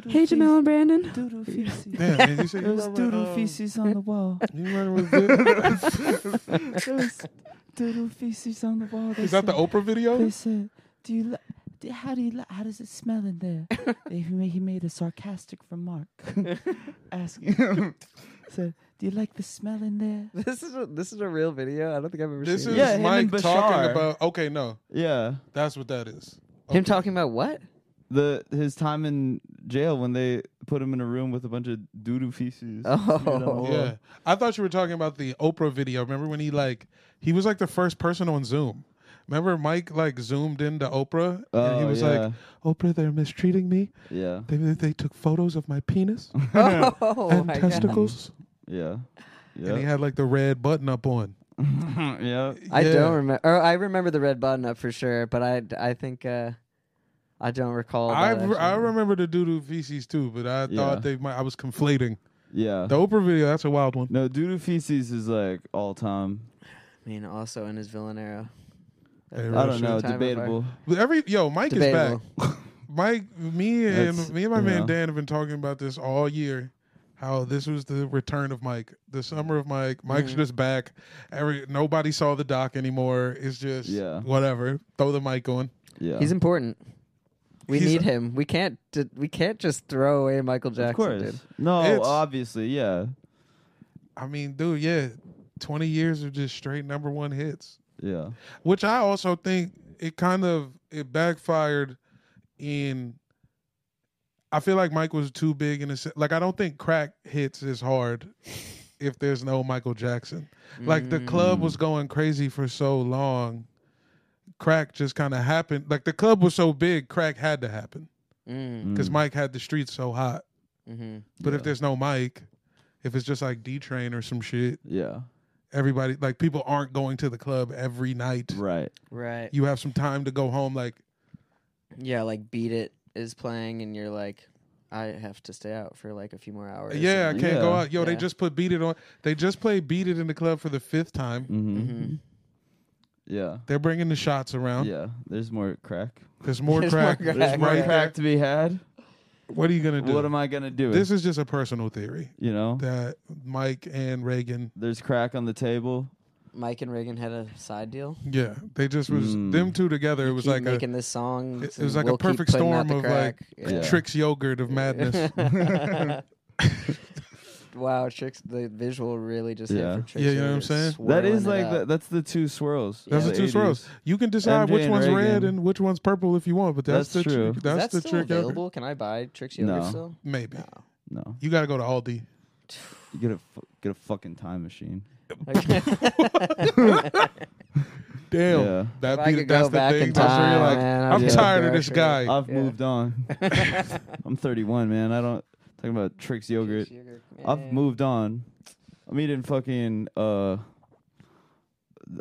S3: Hey, Jamel and Brandon. <laughs>
S1: Doodle feces.
S2: Damn, man. You say you
S1: There's
S2: run with,
S1: doodle
S2: um,
S1: feces on the wall.
S2: You running with
S3: <laughs>
S2: Vic?
S1: There's doodle feces on the wall.
S2: Is that the Oprah video?
S1: They said, "Do you li- do, how do you li- how does it smell in
S3: <laughs>
S1: there?" They- he, ma- he made a sarcastic remark, <laughs> asking <laughs> him, "said Do you like the smell in there?"
S3: <laughs> This is a, this is a real video. I don't think I've ever
S2: This
S3: seen
S2: is
S1: Yeah, him
S2: Mike
S1: and Bashar.
S2: talking about. Okay, no,
S1: Yeah,
S2: that's what that is.
S3: it. him talking about what?
S1: the his time in jail when they put him in a room with a bunch of doodle feces. <laughs>
S3: Oh. smeared on the wall.
S2: Yeah, I thought you were talking about the Oprah video. Remember when he like he was like the first person on Zoom. Remember Mike like zoomed into Oprah and he
S1: Oh,
S2: was
S1: yeah.
S2: like, "Oprah, they're mistreating me.
S1: yeah,
S2: They they took photos of my
S3: <laughs>
S2: penis
S3: Oh
S2: and
S3: my god!
S2: testicles."
S1: yeah, <laughs>
S2: And he had like the red button up on.
S1: yeah.
S3: I
S2: Yeah.
S3: don't remember. I remember the red button up for sure, but I I think uh, I don't recall.
S2: I
S3: that
S2: re- I
S3: actually.
S2: remember the doo feces too, but I
S1: Yeah.
S2: thought they might. I was conflating
S1: Yeah.
S3: Uh-huh.
S2: the Oprah video. That's a wild one.
S1: No, Doodoo Feces is like all time.
S3: I mean, also in his villain era.
S2: Hey,
S1: I
S2: Yeah,
S1: don't
S2: sure.
S1: know,
S3: Time of
S1: debatable.
S2: But Every yo, Mike is
S3: Debatable.
S2: back. Mike, me and
S1: That's-
S2: me and my
S1: you
S2: man
S1: know.
S2: Dan have been talking about this all year. How this was the return of Mike, the summer of Mike. Mike's
S1: Mm-hmm.
S2: just back. Every nobody saw the doc anymore. It's just
S1: Yeah.
S2: whatever. Throw the mic on.
S1: Yeah.
S3: He's important. We
S2: He's-
S3: need him. We can't. d- We can't just throw away Michael Jackson.
S1: of course.
S3: Dude.
S1: No,
S2: It's-
S1: obviously, yeah.
S2: I mean, dude, yeah, twenty years of just straight number one hits.
S1: Yeah.
S2: Which I also think it kind of it backfired in. I feel like Mike was too big in a se- like I don't think crack hits as hard if there's no Michael Jackson. Like
S3: Mm,
S2: the club was going crazy for so long, crack just kind of happened. Like the club was so big, crack had to happen
S3: Mm,
S2: because Mike had the streets so hot.
S3: mhm.
S2: But if there's no Mike, if it's just like D Train or some shit,
S1: Yeah.
S2: everybody like people aren't going to the club every night.
S1: Right.
S3: Right.
S2: You have some time to go home. Like
S3: yeah. Like beat it is playing, and you're like, I have to stay out for like a few more hours.
S2: Yeah, I
S3: And-
S2: can't go
S1: Yeah.
S2: out. Yo, they
S3: Yeah.
S2: just put Beat It on. They just played Beat It in the club for the fifth time.
S1: Mm-hmm.
S3: Mhm.
S1: Yeah.
S2: They're bringing the shots around.
S1: Yeah. There's more crack.
S2: There's more
S3: There's
S2: crack.
S3: more
S1: There's
S3: Crack,
S1: more
S2: right
S1: crack to be had.
S2: there. What are you gonna do?
S1: What am I gonna do?
S2: this is just a personal theory
S1: you know?
S2: that Mike and Reagan.
S1: There's crack on the table.
S3: Mike and Reagan had a side deal.
S2: Yeah, they just was
S1: Mm.
S2: them two together. It was
S3: keep
S2: like a
S3: making this song.
S2: it- it
S3: and
S2: was like a
S3: we'll keep
S2: perfect
S3: putting out
S2: storm
S3: the
S2: of,
S3: crack.
S1: like, Yeah.
S2: tricks yogurt of <laughs>
S3: <laughs>
S2: madness.
S3: wow, tricks. The visual really just
S1: Yeah.
S3: hit for tricks.
S2: Yeah, you know what I'm
S3: Just
S2: saying?
S1: That
S3: swirling
S1: is
S3: it
S1: like
S3: up.
S1: the, that's the two swirls.
S2: That's
S1: of
S2: the two swirls.
S1: 80s.
S2: You can decide
S1: MJ
S2: which
S1: and
S2: one's red
S1: Reagan.
S2: and which one's purple if you want, but that's,
S1: That's
S2: the
S1: true.
S2: Tr-
S1: Is
S3: Is
S2: that's
S3: that
S2: the
S3: still
S2: trick yogurt.
S3: available? Can I buy tricks yogurt
S1: No.
S3: still?
S2: Maybe
S1: No.
S2: you got to go to Aldi.
S1: You get a fu- get a fucking time machine.
S2: Damn,
S1: Yeah.
S2: that
S3: If I
S2: be,
S3: could
S2: that's
S3: go
S2: the
S3: back
S2: thing.
S3: in
S2: that's where you're
S3: time,
S2: like,
S3: man, I
S2: I'm
S1: would
S2: tired
S3: go
S2: of this
S3: for it.
S2: guy.
S1: I've
S3: Yeah.
S1: moved
S3: <laughs>
S1: on. I'm 31, man. I don't talking about tricks <laughs> yogurt. I've moved on. I'm eating fucking uh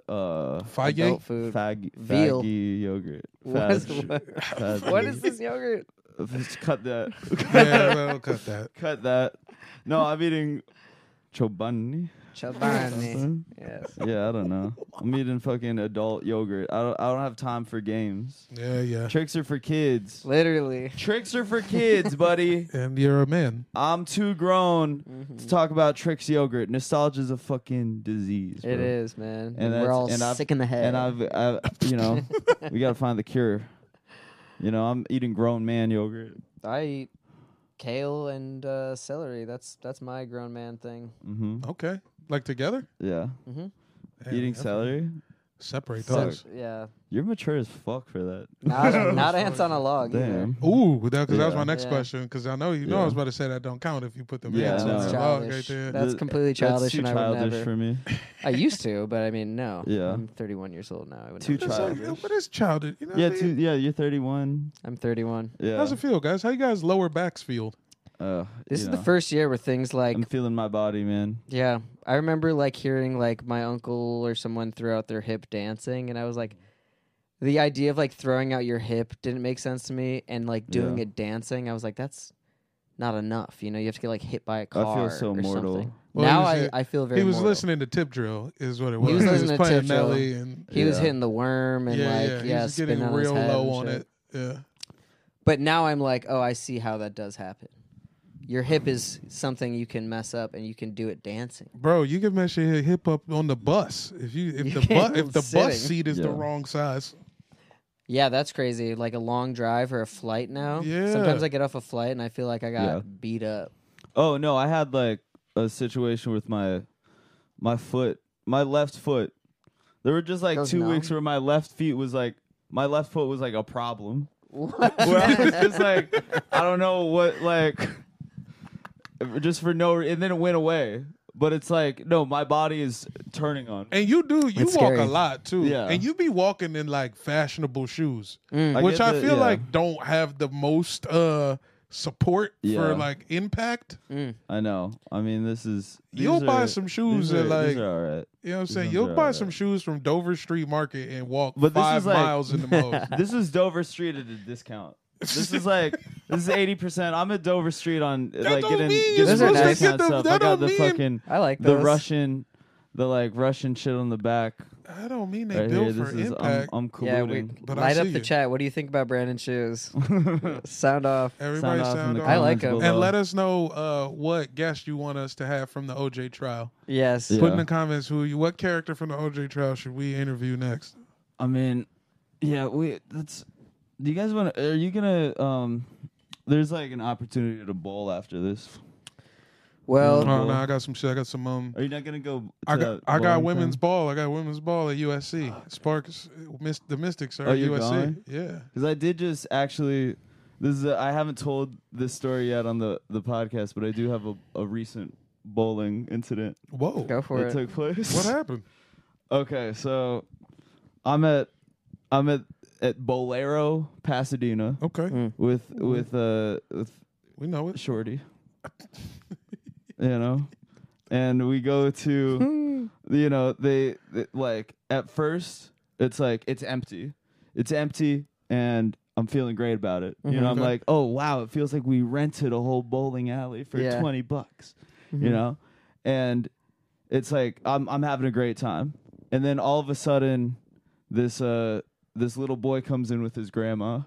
S1: uh
S2: Fage?
S3: Adult food.
S1: fag
S3: Veal.
S1: faggy yogurt.
S3: What
S1: <laughs>
S3: is-
S1: Fag-
S3: <laughs> what-
S1: fag-
S3: What is this yogurt?
S1: Just cut that.
S2: yeah, well, cut that.
S1: cut that. No, I'm eating chobani.
S3: Chobani. yes.
S1: Yeah, I don't know. I'm eating fucking adult yogurt. I don't. I don't have time for games.
S2: Yeah, yeah.
S1: Tricks are for kids.
S3: Literally.
S1: Tricks are for kids, buddy.
S2: And you're a man.
S1: I'm too grown
S3: Mm-hmm.
S1: to talk about tricks yogurt. Nostalgia's a fucking disease.
S3: It
S1: bro.
S3: is, man.
S1: And
S3: We're
S1: that's-
S3: all
S1: and I've-
S3: sick in the head.
S1: And I've, I've you
S3: <laughs>
S1: know, we gotta find the cure. You know, I'm eating grown man yogurt.
S3: I eat kale and uh, celery. That's that's my grown man thing.
S1: Mm-hmm.
S2: Okay. Like together?
S1: Yeah,
S2: Yeah,
S1: eating
S2: definitely.
S1: celery.
S2: Separate
S1: Fuck.
S2: those.
S3: Yeah.
S1: You're mature as fuck for that.
S3: Not, not ants on a log. either.
S1: Damn.
S2: Ooh, that because that was
S1: Yeah.
S2: my next
S3: Yeah.
S2: question. Because I know you know I
S1: Yeah.
S2: was about to say that don't count if you put them
S1: Yeah,
S2: in.
S1: I
S2: So
S1: know.
S2: it's a log right
S3: Childish.
S2: there.
S3: That- That's
S1: Th-
S3: completely childish
S1: That's too
S3: and I would
S1: childish
S3: never-
S1: for me.
S3: I used to, but I mean, no.
S1: Yeah.
S3: I'm 31 years old now. I would
S1: Too
S3: never.
S1: child-
S2: That's like,
S1: childish.
S2: what is childish? You know
S1: Yeah,
S2: what I mean?
S1: too, yeah. You're 31.
S3: I'm 31.
S1: Yeah.
S2: How's it feel, guys? How you guys lower backs feel?
S1: Uh,
S3: This
S1: you
S3: is
S1: know,
S3: the first year where things like
S1: I'm feeling my body, man.
S3: Yeah, I remember like hearing like my uncle or someone throw out their hip dancing, and I was like, the idea of like throwing out your hip didn't make sense to me, and like doing
S1: Yeah.
S3: it dancing, I was like, that's not enough. You know, you have to get like hit by a car.
S1: so
S3: or
S1: mortal.
S3: Something.
S2: Well,
S3: now
S2: he was-
S3: I, I feel very.
S2: he was
S3: mortal.
S2: listening to Tip Drill, is what it was.
S3: was listening to
S2: playing
S3: Tip Drill.
S2: Nelly and
S3: He was
S1: Yeah.
S3: hitting the worm and
S2: yeah,
S3: like
S2: yeah,
S3: yeah,
S2: he was
S3: spinning
S2: getting
S3: on his
S2: real
S3: head
S2: low
S3: and
S2: on
S3: shit.
S2: it. Yeah,
S3: But now I'm like, oh, I see how that does happen. Your hip is something you can mess up, and you can do it dancing.
S2: bro, you can mess your hip up on the bus if you if
S3: <laughs> You
S2: the
S3: can't
S2: bus if the
S3: sitting.
S2: bus seat is the
S1: Yeah.
S2: wrong size.
S3: Yeah, that's crazy. Like a long drive or a flight now.
S2: Yeah.
S3: Sometimes I get off a flight and I feel like I got
S1: Yeah.
S3: beat up.
S1: Oh no, I had like a situation with my my foot, my left foot. There were just like
S3: Goes
S1: two weeks
S3: numb.
S1: where my left feet was like my left foot was like a problem.
S3: What?
S1: <laughs> Where I
S3: <laughs>
S1: was just like, I don't know what like, just for no, re- and then it went away. But it's like no, my body is turning on. me.
S2: And you do you
S3: It's
S2: walk
S3: scary.
S2: a lot too,
S1: Yeah.
S2: and you be walking in like fashionable shoes,
S3: Mm.
S1: I
S2: which
S1: get
S2: I
S1: the-
S2: feel
S1: yeah.
S2: like don't have the most uh support
S1: Yeah.
S2: for like impact.
S3: Mm.
S1: I know. I mean, this is these
S2: You'll buy
S1: are-
S2: some shoes
S1: these are,
S2: that, like-
S1: these are all right.
S2: You know what I'm saying?
S1: ones
S2: You'll
S1: are
S2: buy
S1: alright.
S2: some shoes from Dover Street Market and walk
S1: But this
S2: five
S1: is like-
S2: miles in the
S1: <laughs>
S2: most.
S1: this is Dover Street at a discount. This
S2: <laughs>
S1: is like this is eighty percent. I'm at Dover Street on like
S2: don't
S1: getting,
S2: mean you're
S1: getting the
S3: supposed to get
S1: discount
S2: the-
S1: stuff.
S2: that
S1: I got
S2: don't
S1: the
S2: mean-
S1: fucking
S3: I like
S1: the
S3: those.
S1: Russian, the like Russian shit on the back
S2: I don't mean they
S1: right here.
S2: built
S1: This
S2: for
S1: is um, I'm,
S2: impact.
S1: I'm
S3: Yeah, we,
S1: colluding.
S2: But I
S3: light up
S2: see
S3: the
S2: you.
S3: chat. What do you think about Brandon
S1: <laughs>
S3: shoes? Sound off.
S2: Everybody
S1: Sound off in
S2: sound
S1: the
S2: off.
S3: I
S1: comments
S3: like them.
S1: below.
S2: and let us know uh, what guest you want us to have from the OJ trial.
S3: Yes.
S1: Yeah.
S2: Put in the comments who you, what character from the OJ trial should we interview next?
S1: I mean, yeah, we. That's. Do you guys want to? Are you gonna? Um, there's like an opportunity to bowl after this.
S3: Well,
S1: Mm.
S2: Oh no, I got some shit. I got some. Um,
S1: Are you not gonna go? To
S2: I got
S1: that
S2: I got
S1: bowling
S2: women's
S1: thing? Ah,
S2: ball. I got women's ball at USC. Sparks, uh, Mys- the Mystics are
S1: Oh,
S2: at
S1: you're
S2: USC.
S1: going?
S2: Yeah.
S1: Because I did just actually, this is a, I haven't told this story yet on the the podcast, but I do have a, a recent bowling incident
S2: Whoa.
S3: go for
S1: that
S3: it.
S1: took place.
S2: What happened?
S1: Okay, so I'm at I'm at at Bolero Pasadena
S2: Okay,
S1: with with uh with
S2: we know it.
S1: Shorty, you know, and we go to you know they, they- like at first it's like it's empty, it's empty, and I'm feeling great about it. You know, I'm
S2: Okay.
S1: like, oh wow, it feels like we rented a whole bowling alley for
S3: Yeah.
S1: twenty bucks, you know, and it's like I'm I'm having a great time, and then all of a sudden this uh this little boy comes in with his grandma.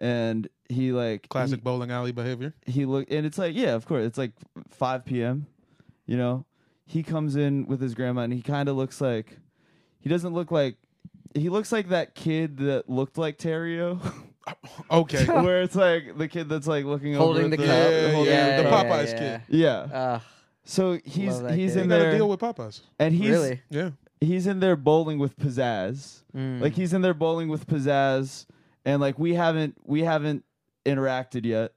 S1: And he like he-
S2: Classic bowling alley behavior.
S1: he looked and it's like yeah of course it's like 5 p.m you know he comes in with his grandma and he kind of looks like he doesn't look like he looks like that kid that looked like Terrio, <laughs>
S2: Okay,
S1: where it's like the kid that's like looking
S3: Holding
S1: over
S3: the
S1: at
S3: cup.
S2: Yeah,
S1: holding
S2: yeah,
S1: the
S2: the
S1: cup.
S2: Popeyes
S3: yeah.
S2: kid.
S1: yeah.
S3: Ugh,
S1: So he's
S3: Love that
S1: he's
S3: kid.
S1: in
S2: you gotta
S1: there
S2: deal with Popeyes.
S1: and he's
S3: really?
S2: Yeah.
S1: he's in there bowling with pizzazz.
S3: Mm.
S2: Mm.
S1: Like he's in there bowling with pizzazz, and like we haven't we haven't interacted yet,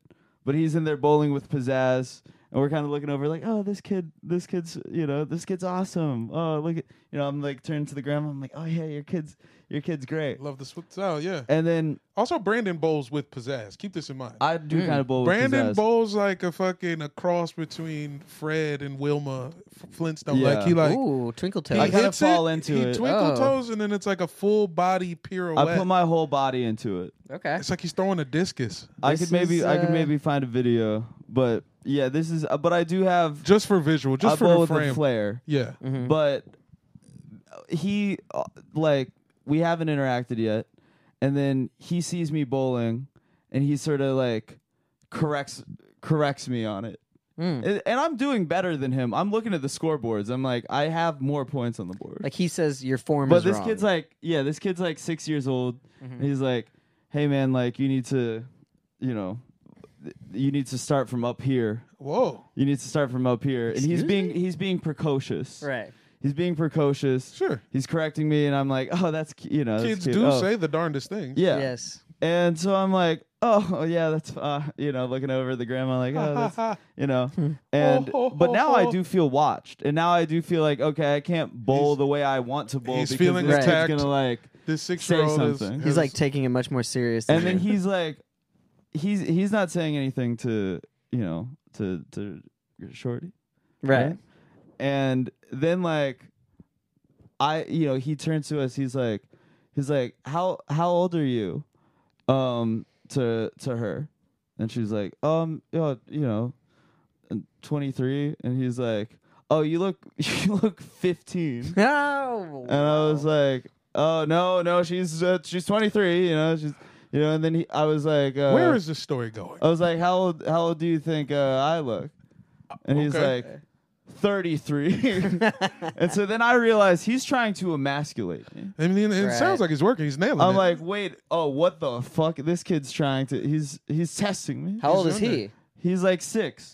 S1: but he's in there bowling with pizzazz, and we're kind of looking over like, oh, this kid, this kid's you know this kid's awesome. Oh, look at you know I'm like turning to the grandma, I'm like, oh yeah, your kid's your kid's great.
S2: Love the sw- style, yeah.
S1: And then
S2: Also, Brandon bowls with pizzazz. Keep this in mind.
S1: I do kind of bowl
S2: Hmm. Brandon
S1: with pizzazz.
S2: bowls like a fucking a cross between Fred and Wilma F- Flintstone. Like
S1: Yeah.
S2: he like
S3: Ooh, Twinkle
S2: he
S1: I
S3: Toes.
S1: kinda
S2: hits
S1: fall
S2: it,
S1: into
S2: he
S1: it.
S2: twinkle
S3: Oh.
S2: toes, and then it's like a full body pirouette.
S1: I put my whole body into it.
S3: Okay.
S2: it's like he's throwing a discus
S1: I
S3: This
S1: could maybe
S3: is,
S1: I
S3: uh,
S1: could maybe find a video, but yeah, this is. uh, but I do have
S2: just for visual, just
S1: I
S2: for
S1: bowl
S2: the
S1: with
S2: frame.
S1: a flare.
S2: yeah,
S3: Mm-hmm.
S1: but he uh, like we haven't interacted yet and then he sees me bowling and he sort of like corrects corrects me on it
S3: Mm.
S1: and, and i'm doing better than him i'm looking at the scoreboards i'm like i have more points on the board
S3: Like he says, your form
S1: but
S3: is
S1: this
S3: wrong. Mm-hmm.
S1: kid's like yeah this kid's like six years old and he's like hey man like you need to you know th- you need to start from up here
S2: Whoa,
S1: you need to start from up here and he's
S3: Excuse
S1: being he's being precocious
S3: right.
S1: He's being precocious.
S2: Sure.
S1: He's correcting me, and I'm like, oh, that's cu- you know, that's
S2: Kids
S1: cute.
S2: do
S1: Oh,
S2: say the darndest things.
S1: yeah.
S3: Yes.
S1: And so I'm like, oh yeah, that's uh, you know, looking over at the grandma, like, oh,
S2: <laughs>
S1: that's you know, and but now I do feel watched, and now I do feel like okay, I can't bowl
S2: He's-
S1: the way I want to bowl
S2: he's
S1: because
S2: feeling
S1: this
S2: attacked.
S1: kid's gonna like,
S2: This six year old is.
S1: something.
S3: He's
S2: is-
S3: like taking it much more serious. Than
S1: and then
S3: you.
S1: he's like, he's he's not saying anything to you know to to Shorty,
S3: right.
S1: And then like, I you know he turns to us, he's like, he's like, how how old are you, um to to her, and she's like, um yeah, you know, twenty three, and he's like, oh you look <laughs> you look fifteen.
S3: No.
S1: and I was like, "Oh no, no, she's uh, she's 23, you know, she's you know." And then he, I was like, uh,
S2: Where is this story going?
S1: I was like, "How old? How old do you think uh, I look?" And he's
S2: Okay.
S1: like, "33." <laughs> and so then I realized he's trying to emasculate me.
S2: I mean, it
S3: Right.
S2: sounds like he's working. He's nailing
S1: I'm
S2: it.
S1: like, "Wait, oh, what the fuck? This kid's trying to. He's he's testing me.
S3: <laughs> How old
S2: he's
S3: is
S2: younger.
S3: he?
S1: He's like six.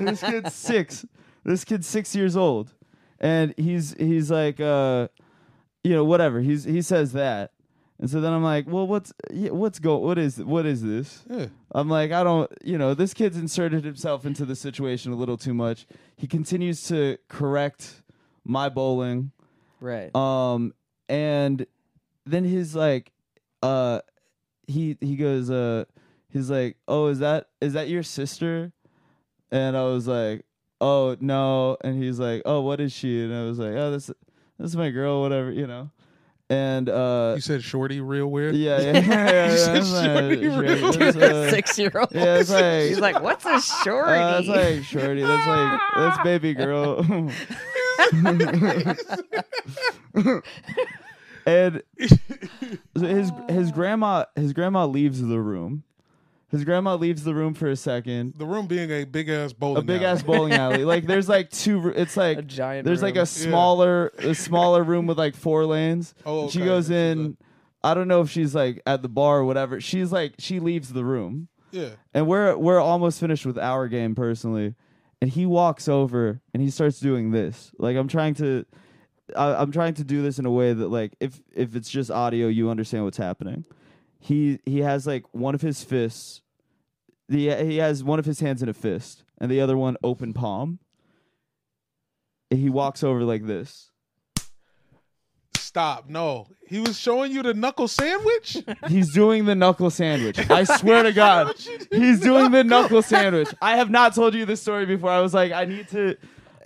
S1: this kid's six. This kid's six years old, and he's he's like, uh, you know, whatever. He's he says that, and so then I'm like, well, what's yeah, what's go? What is what is this?
S2: Yeah.
S1: I'm like, I don't, you know, this kid's inserted himself into the situation a little too much. He continues to correct my bowling.
S3: Right.
S1: Um, and then he's like, uh, he he goes, uh, he's like, oh, is that is that your sister? And I was like, oh no. And he's like, oh, what is she? And I was like, oh, this this is my girl, whatever, you know. And uh,
S2: You said shorty real weird. <laughs>
S1: yeah, yeah, yeah, yeah,
S2: You said
S1: it's like-
S2: shorty
S3: <laughs>
S1: shorty,
S2: real
S1: that's, <laughs> uh,
S3: Six year old.
S1: yeah, it's like.
S3: He's like, what's a shorty?
S1: uh, that's like shorty. That's like that's baby
S3: <laughs>
S1: girl. and so his his grandma his grandma leaves the room. His grandma leaves the room for a second.
S2: The room being a big ass bowling.
S1: A big
S2: alley.
S1: ass
S2: <laughs>
S1: bowling alley. Like there's like two. r- It's like
S3: A giant
S1: There's like
S3: room. Yeah.
S1: a smaller a smaller room with like four lanes.
S2: Oh,
S1: she
S2: okay.
S1: goes
S2: That's what's
S1: in. I don't know if she's like at the bar or whatever. She's like she leaves the room
S2: <laughs> Yeah.
S1: and we're we're almost finished with our game personally and he walks over and he starts doing this like i'm trying to I, i'm trying to do this in a way that like if if it's just audio you understand what's happening he he has like one of his fists the, he has one of his hands in a fist and the other one open palm and he walks over like this
S2: Stop. No. He was showing you the knuckle
S1: <laughs>
S2: sandwich.
S1: He's doing the knuckle sandwich. I swear <laughs> to God. He's doing the knuckle sandwich. <laughs> I have not told you this story before. I was like, I need to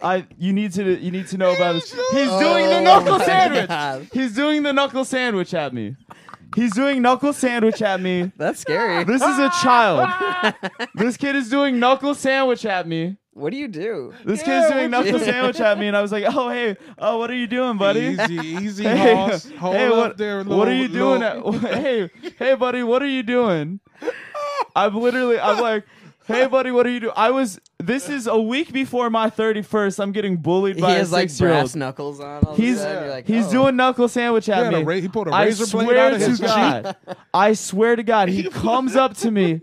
S1: I you need to you need to know about this. He's doing the
S3: Oh
S1: knuckle
S3: my
S1: sandwich.
S3: God.
S1: He's doing the knuckle sandwich at me. He's doing knuckle sandwich at me.
S3: That's scary.
S1: This is a <laughs> child. This kid is doing knuckle sandwich at me.
S3: What do you do?
S1: This
S2: Yeah,
S1: kid's doing
S2: what
S1: knuckle sandwich at me, and I was like, "Oh hey, oh what are you doing, buddy?"
S2: Easy, easy,
S1: <laughs> hey,
S2: Hoss. Hold
S1: hey,
S2: up
S1: what,
S2: there,
S1: what
S2: little-
S1: are you doing?
S2: little-
S1: at- <laughs> hey, hey, buddy, what are you doing? I'm literally, I'm like, hey, buddy, what are you doing? I was, this is a week before my 31st. I'm getting bullied
S3: He
S1: by a
S3: has like
S1: six year
S3: brass
S1: old.
S3: knuckles on. All
S1: He's
S3: of a sudden. You're like,
S1: he's
S3: oh.
S1: doing knuckle sandwich at
S2: had a
S1: me.
S2: ra- he pulled a
S1: I
S2: razor blade
S1: swear
S2: out of
S1: to
S2: his
S1: God, <laughs> I swear to
S2: <laughs>
S1: God, he comes up to me,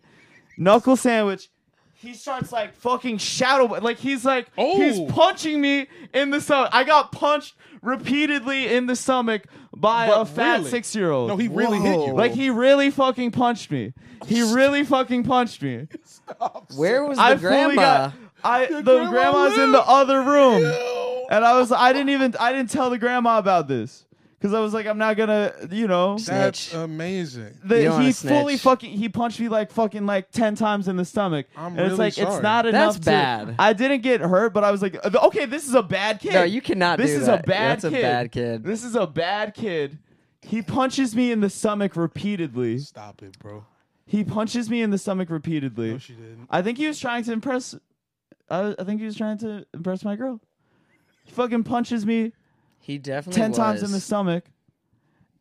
S1: knuckle sandwich. He starts like fucking shadow, like he's like
S2: Oh.
S1: he's punching me in the stomach. I got punched repeatedly in the stomach by
S2: But
S1: a fat
S2: really?
S1: six year old.
S2: No, he really hit you.
S3: Whoa.
S1: like he really fucking punched me.
S2: <laughs>
S1: He really fucking punched me.
S3: Where was the
S1: I fully
S3: grandma?
S1: got. I the
S2: grandma
S1: grandma's in the
S2: lives.
S1: other
S2: <laughs>
S1: room.
S2: Ew.
S1: And I was I didn't even I didn't tell the grandma about this because I was like I'm not gonna you know
S2: That's
S3: Snitch.
S2: amazing.
S1: the,
S3: You don't wanna
S1: he fully
S3: snitch.
S1: fucking he punched me like fucking like ten times in the stomach
S2: I'm
S1: and
S2: really
S1: it's like
S2: sorry.
S1: it's not enough
S3: That's
S1: to-
S3: bad.
S1: I didn't get hurt but I was like uh, okay this is a bad kid
S3: No, you cannot
S1: uh, this
S3: do
S1: is
S3: that.
S1: a bad
S3: That's a
S1: kid
S3: bad kid.
S1: this is a bad kid he punches me in the stomach repeatedly
S2: Stop it, bro.
S1: he punches me in the stomach repeatedly
S2: No, she didn't.
S1: I think he was trying to impress. I, I think he was trying to impress my girl. He fucking punches me
S3: He definitely
S1: ten times
S3: was.
S1: in the stomach,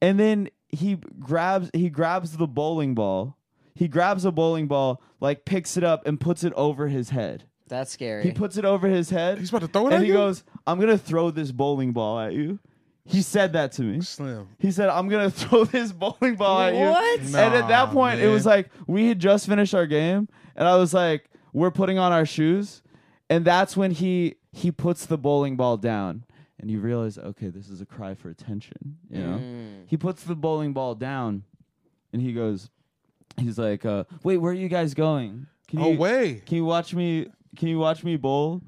S1: and then he grabs he grabs the bowling ball. He grabs a bowling ball, like picks it up and puts it over his head.
S3: That's scary.
S1: He puts it over his head.
S2: He's about to throw it at
S1: and he
S2: you?
S1: goes, "I'm gonna throw this bowling ball at you." He said that to me.
S2: Slim.
S1: He said, "I'm gonna <laughs> throw this bowling ball at you."
S3: What?
S1: and at that
S2: Nah,
S1: point, it
S2: man.
S1: was like we had just finished our game, and I was like, "We're putting on our shoes," and that's when he he puts the bowling ball down, and you realize, okay, this is a cry for attention. You know, he puts the bowling ball down, and he goes, he's like, uh, "Wait, where are you guys going? Can
S2: Oh
S1: you,
S2: way.
S1: Can you watch me? Can you watch me bowl?"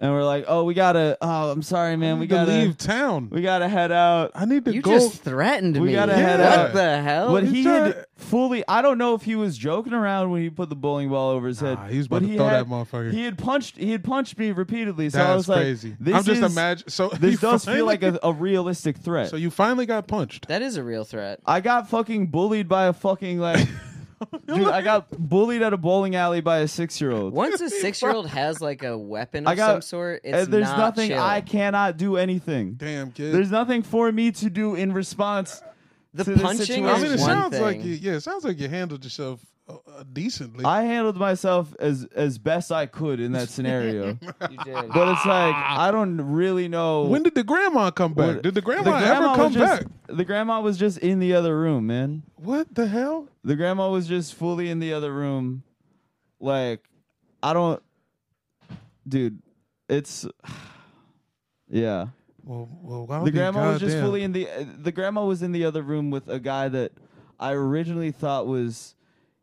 S1: And we're like, "Oh, we gotta. Oh, I'm sorry, man. We
S2: to
S1: gotta
S2: leave town.
S1: We gotta head out."
S2: I need to
S3: You
S2: go.
S3: just threatened me.
S1: We gotta
S2: head
S3: what
S2: out.
S3: the hell?
S1: What
S2: he's
S1: he had
S2: trying-
S1: fully, I don't know if he was joking around when he put the bowling ball over his
S2: Nah,
S1: head.
S2: he was about
S1: but
S2: to throw that
S1: had-
S2: motherfucker.
S1: He had punched. He had punched me repeatedly. So I
S2: That's
S1: was like,
S2: crazy.
S1: This
S2: I'm just
S1: is-
S2: imagine. So <laughs> he
S1: This does feel
S2: finally-
S1: like a, a realistic threat.
S2: So you finally got punched.
S3: that is a real threat.
S1: I got fucking bullied by a fucking like,
S2: <laughs>
S1: dude. I got bullied at a bowling alley by a six year old. <laughs>
S3: Once a six-year-old has like a weapon of
S1: I got
S3: some sort, it's
S1: and there's
S3: not
S1: nothing
S3: chill.
S1: I cannot do anything.
S2: Damn kid.
S1: There's nothing for me to do in response.
S3: The
S1: to this
S3: punching
S2: I
S1: situation.
S2: mean, it
S3: is one
S2: sounds like
S3: thing.
S2: you, yeah, it sounds like you handled yourself uh, uh, decently.
S1: I handled myself as as best I could in
S2: <laughs>
S1: that scenario.
S3: You did.
S1: But it's like I don't really know
S2: when did the grandma come back?
S1: what-
S2: did the grandma,
S1: grandma
S2: ever
S1: was
S2: come
S1: just-
S2: back?
S1: The grandma was just in the other room, man.
S2: What the hell?
S1: The grandma was just fully in the other room. Like I don't dude, it's <sighs> yeah.
S2: Well, well, I'll
S1: The
S2: be
S1: grandma was just
S2: goddamn-
S1: fully in the uh, the grandma was in the other room with a guy that I originally thought was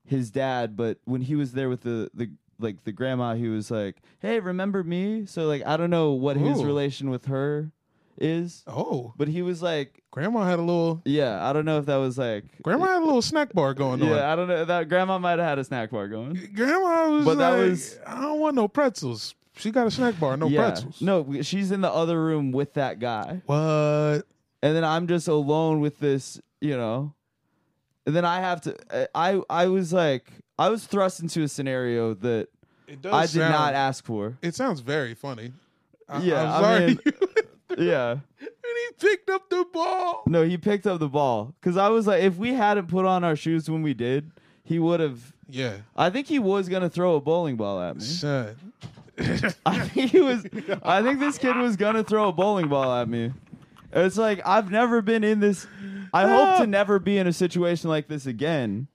S1: his dad, but when he was there with the the like the grandma, he was like, "Hey, remember me?" So like I don't know what his
S2: Ooh.
S1: relation with her is,
S2: Oh,
S1: but he was like,
S2: grandma had a little.
S1: "Yeah, I don't know if that was like
S2: Grandma had a little snack bar going
S1: Yeah, I don't know that grandma might have had a snack bar going.
S2: on. Grandma was
S1: But that
S2: like,
S1: was-
S2: I don't want no pretzels. She got a snack bar, no
S1: yeah.
S2: pretzels.
S1: No, we- she's in the other room with that guy.
S2: What?
S1: and then I'm just alone with this, you know. And then I have to. I I was like, I was thrust into a scenario that
S2: It does.
S1: I did
S2: sound-
S1: not ask for.
S2: It sounds very funny. I,
S1: Yeah,
S2: I'm
S1: I
S2: sorry.
S1: mean-
S2: <laughs> and
S1: Yeah.
S2: he picked up the ball.
S1: No, he picked up the ball because I was like, if we hadn't put on our shoes when we did, he would have.
S2: Yeah.
S1: I think he was gonna throw a bowling ball at me.
S2: Son. <laughs>
S1: I think he was. I think this kid was gonna throw a bowling ball at me. It's like I've never been in this. I
S2: <laughs>
S1: hope to never be in a situation like this again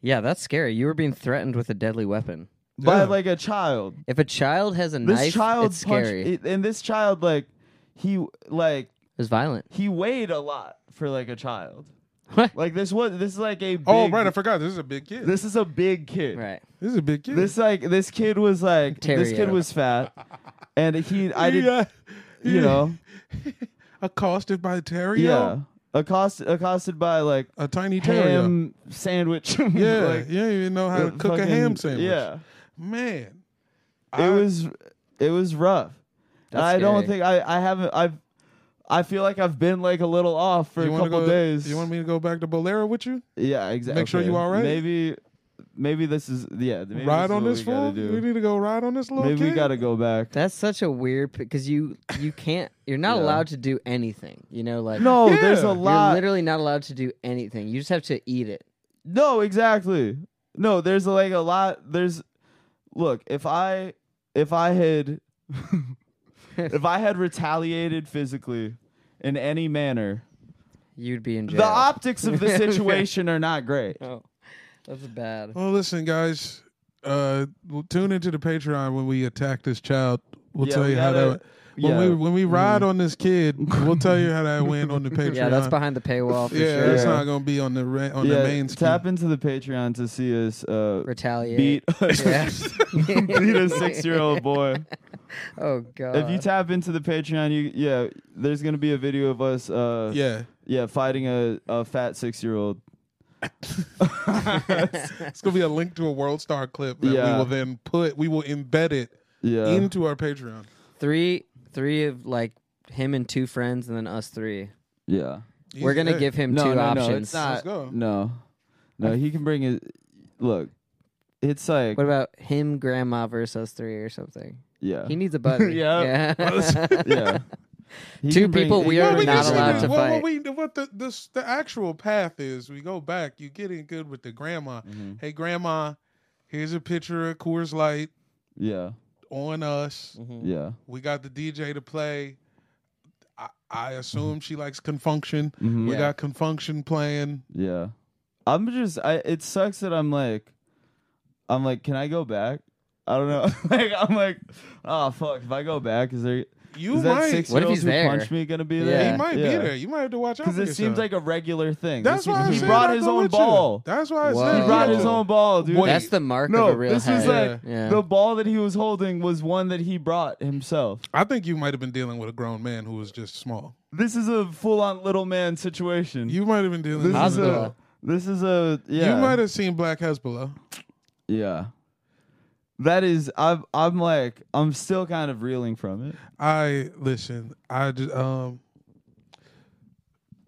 S3: Yeah, that's scary. You were being threatened with a deadly weapon.
S1: by
S2: Yeah.
S1: like a child.
S3: If a child has a
S1: this
S3: knife,
S1: child
S3: it's scary.
S1: punched, and this child like he like
S3: it's violent.
S1: he weighed a lot for like a child
S3: What?
S1: like this was this is like a big,
S2: Oh, right. I forgot. This is a big kid. This,
S1: this is a big kid
S3: <laughs> Right.
S2: is a big kid.
S1: this like this kid was like this
S3: Terrier.
S1: kid
S2: <laughs>
S1: was fat and he i did
S2: Yeah.
S1: not you know
S2: Accosted by Terrio.
S1: yeah accosted accosted by like
S2: A tiny Terrio.
S1: ham sandwich <laughs>
S2: Yeah.
S1: like,
S2: yeah. You know how to
S1: the
S2: cook a
S1: fucking-
S2: ham sandwich.
S1: yeah
S2: Man.
S1: it
S2: I-
S1: was it was rough. And I
S3: That's
S1: don't
S3: scary.
S1: think I I haven't I've I feel like I've been like a little off for a
S2: you wanna
S1: couple
S2: go,
S1: days.
S2: You want me to go back to Bolero with you?
S1: yeah, exactly.
S2: make sure you all right?
S1: Maybe maybe this is yeah. Maybe
S2: ride
S1: is
S2: on
S1: what
S2: this
S1: we gotta
S2: fool?
S1: do.
S2: We need to go ride on this little
S1: Maybe
S2: kid?
S1: we gotta go back.
S3: That's such a weird because you you can't you're not
S1: Yeah.
S3: allowed to do anything. You know, like
S1: No,
S2: Yeah.
S1: there's a
S2: You're
S3: you're
S1: lot.
S3: literally not allowed to do anything. You just have to eat it.
S1: No, exactly. No, there's like a lot. There's look if I if I had
S2: <laughs>
S1: if I had retaliated physically in any manner,
S3: You'd be in jail.
S1: the optics
S2: <laughs>
S1: of the situation are not great.
S3: Oh, that's bad.
S1: Oh,
S2: Well, listen, guys. Uh, we'll tune into the Patreon when we attack this child. We'll
S1: Yeah,
S2: tell
S1: we
S2: you how
S1: gotta-
S2: that. When
S1: yeah.
S2: we when we ride on this kid, we'll tell you how that went on the Patreon.
S3: Yeah, that's behind the paywall for
S2: Yeah,
S3: sure.
S2: that's
S1: Yeah.
S2: not gonna be on the ra- on the main. ski.
S1: tap into the Patreon to see us uh,
S3: Retaliate.
S1: beat
S3: <laughs>
S1: <laughs>
S3: Yeah.
S1: beat a six year old boy.
S3: <laughs> oh god.
S1: If you tap into the Patreon, you yeah, there's gonna be a video of us uh yeah,
S2: Yeah,
S1: fighting a, a fat six year old.
S2: it's gonna be a link to a World Star clip that we
S1: Yeah.
S2: will then put. We will embed it
S1: Yeah,
S2: into our Patreon.
S3: three three of like him and two friends and then us three.
S1: yeah.
S3: We're gonna
S2: Hey,
S3: give him
S1: No,
S3: two
S1: no,
S3: options.
S1: no, it's
S2: Let's
S1: not.
S2: go.
S1: No, no, he can bring it. Look, it's like
S3: What about him, grandma versus us three or something?
S1: yeah, <laughs>
S3: He needs a buddy.
S1: Yeah. <laughs>
S3: <laughs>
S1: yeah. He
S3: Two
S1: can bring-
S3: people we
S1: he can
S3: are
S2: we
S1: bring
S3: not
S2: just
S1: it.
S2: need
S3: allowed to
S2: what,
S3: fight.
S2: What, we, what the, this, the actual path is, we go back. You get in good with the grandma.
S1: Mm-hmm.
S2: Hey, grandma, here's a picture of Coors Light
S1: Yeah,
S2: on us.
S3: Mm-hmm.
S1: yeah,
S2: We got the DJ to play. I, I
S1: Mm-hmm.
S2: assume she likes Confunction. We
S3: Yeah.
S2: got Confunction playing.
S1: yeah. I'm just. I. It sucks that I'm like. <laughs> "Ah, I'm like, can I go back? I don't know. like I'm like, oh fuck. If I go back, is there?
S2: You
S1: Is that
S2: might.
S1: six
S3: What
S1: year
S3: if
S1: old
S3: he's
S1: who
S3: there?
S1: punched me gonna be there?
S2: He
S3: Yeah.
S2: might
S1: Yeah.
S2: be there. You might have to watch out.
S1: Because
S2: for
S1: it seems
S2: yourself.
S1: like a regular thing.
S2: that's
S1: This-
S2: why I
S1: he
S2: said
S1: brought
S2: I
S1: his
S2: go
S1: own
S2: with you.
S1: ball.
S2: That's why I
S3: Whoa.
S2: said
S1: He brought his
S2: yo.
S1: own ball, dude.
S2: Wait.
S3: That's the mark
S1: no,
S3: of a real
S1: this
S3: head.
S1: was like
S3: Yeah.
S1: the ball that he was holding was one that he brought himself.
S2: I think you might have been dealing with a grown man who was just small.
S1: This is a full-on little man situation.
S2: You might have been dealing
S1: this
S2: with
S1: is
S2: a.
S1: a this is a yeah
S2: You might have seen Black Hezbollah.
S1: yeah. That is, I've, I'm like, I'm still kind of reeling from it.
S2: I listen. I just um.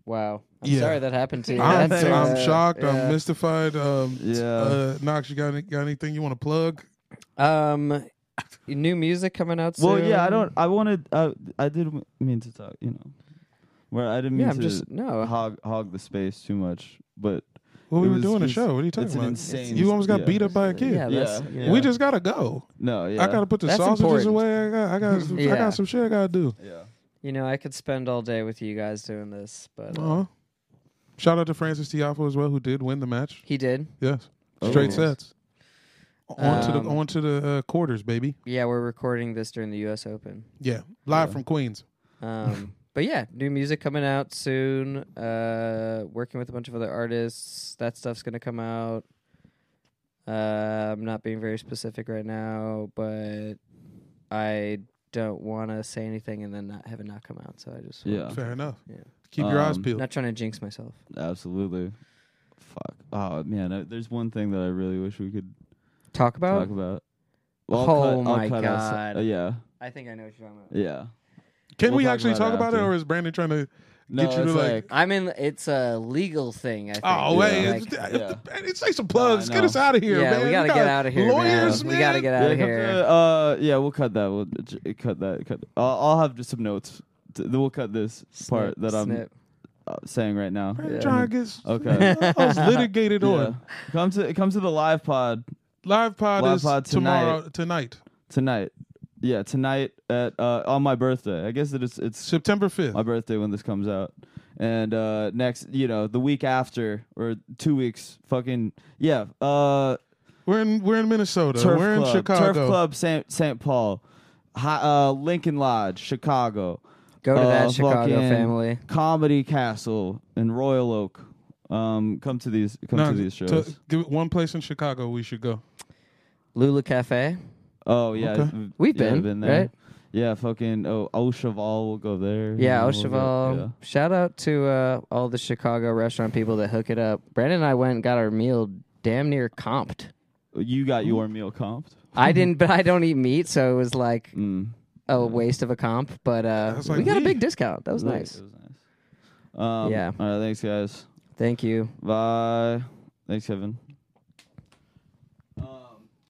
S3: wow. I'm
S2: Yeah.
S3: sorry that happened to you.
S2: I'm,
S3: That's,
S2: I'm
S3: uh,
S2: shocked.
S3: yeah.
S2: I'm mystified. Um,
S1: Yeah.
S2: Uh, Knox, you got any, got anything you want to plug?
S3: Um, new music coming out soon.
S1: Well, yeah, I don't. I wanted. Uh, I didn't mean to talk. You know, where I didn't mean
S3: Yeah, I'm
S1: to
S3: just no.
S1: hog hog the space too much. But
S2: Well,
S1: It
S2: we were
S1: was
S2: doing a
S1: just-
S2: show. What are you talking
S1: it's an
S2: about?
S1: insane-
S2: you almost got
S1: yeah.
S2: beat up by a kid.
S3: Yeah, that's,
S1: Yeah.
S3: yeah.
S2: We just gotta go.
S1: no, yeah,
S2: I gotta put the
S3: That's
S2: sausages
S3: important.
S2: away. I got, I
S3: <laughs>
S2: got, some, I
S3: Yeah.
S2: got some shit I gotta do.
S1: yeah.
S3: you know I could spend all day with you guys doing this, but uh,
S2: uh Shout out to Francis Tiafo as well, who did win the match.
S3: he did.
S2: Yes,
S1: Oh.
S2: straight sets. On to the
S3: Um,
S2: on to the uh, quarters, baby.
S3: Yeah, we're recording this during the U.S. Open.
S2: Yeah, live
S1: Yeah.
S2: from Queens.
S3: Um,
S1: <laughs>
S3: but yeah, new music coming out soon. Uh, working with a bunch of other artists. That stuff's gonna come out. Uh, I'm not being very specific right now, but I don't want to say anything and then not have it not come out. So I just
S1: Yeah.
S2: Fair enough.
S3: Yeah.
S2: Keep your eyes
S1: Um,
S2: peeled.
S3: not trying to jinx myself.
S1: Absolutely. Fuck. Oh man, I, there's one thing that I really wish we could
S3: Talk about.
S1: talk about.
S3: Oh
S1: I'll
S3: my
S1: cut us-
S3: God.
S1: uh, yeah,
S3: I think I know what you're talking about.
S1: yeah.
S2: Can
S1: we'll
S2: we
S1: talk
S2: actually
S1: about it
S2: talk about it,
S1: after.
S2: or is Brandon trying to
S1: No,
S2: get you to
S1: it's
S2: like?
S1: like-
S3: I'm in. It's a legal thing. I think.
S2: Oh
S1: Yeah.
S2: wait,
S3: Like-
S2: it's,
S1: Yeah.
S2: it's like some plugs.
S1: No, I
S2: get
S1: know.
S2: us out of here,
S3: yeah,
S2: man.
S3: we gotta get
S2: got
S3: out of here,
S2: lawyers,
S3: man.
S2: man.
S3: We gotta get out
S1: yeah,
S3: of
S1: come
S3: here.
S1: to- uh, yeah, we'll cut that. We'll j- cut that. Cut. I'll, I'll have just some notes. T- then we'll cut this part
S3: Snip,
S1: that I'm
S3: snip.
S1: uh, saying right now.
S2: Brandon
S1: Yeah.
S2: trying to get
S1: <laughs> Okay.
S2: us litigated on.
S1: Yeah. Come to come to the live pod
S2: Live pod
S1: Live
S2: is
S1: pod
S2: tomorrow tonight,
S1: tonight. Yeah, tonight at uh, on my birthday. I guess that it's it's
S2: September fifth.
S1: my birthday when this comes out. And uh next, you know, the week after or two weeks, fucking yeah, uh
S2: We're in we're in Minnesota.
S1: Turf
S2: we're in
S1: Club,
S2: Chicago.
S1: Turf Club St. St. Paul, Hi, uh Lincoln Lodge, Chicago.
S3: Go to
S1: uh,
S3: that Chicago
S1: fucking
S3: family.
S1: Comedy Castle in Royal Oak. Um come to these come
S2: No,
S1: to these shows.
S2: to- give it one place in Chicago we should go.
S3: Lula Cafe.
S1: Oh yeah,
S2: Okay.
S1: v-
S3: We've
S1: yeah,
S3: been,
S1: there.
S3: right?
S1: Yeah, fucking oh, Au Cheval will go there.
S3: Yeah,
S1: you
S3: Au
S1: know, we'll go-
S3: Cheval.
S1: yeah.
S3: Shout out to uh, all the Chicago restaurant people that hook it up. Brandon and I went and got our meal damn near comped.
S1: You got your meal comped. <laughs>
S3: I didn't, but I don't eat meat, so it was like
S1: Mm.
S3: a waste of a comp. But uh,
S2: That's like
S3: we got
S2: me.
S3: a big discount. That was
S1: It
S3: nice.
S1: was nice. Um,
S3: Yeah.
S1: All right. Thanks, guys.
S3: Thank you.
S1: Bye. Thanks, Kevin.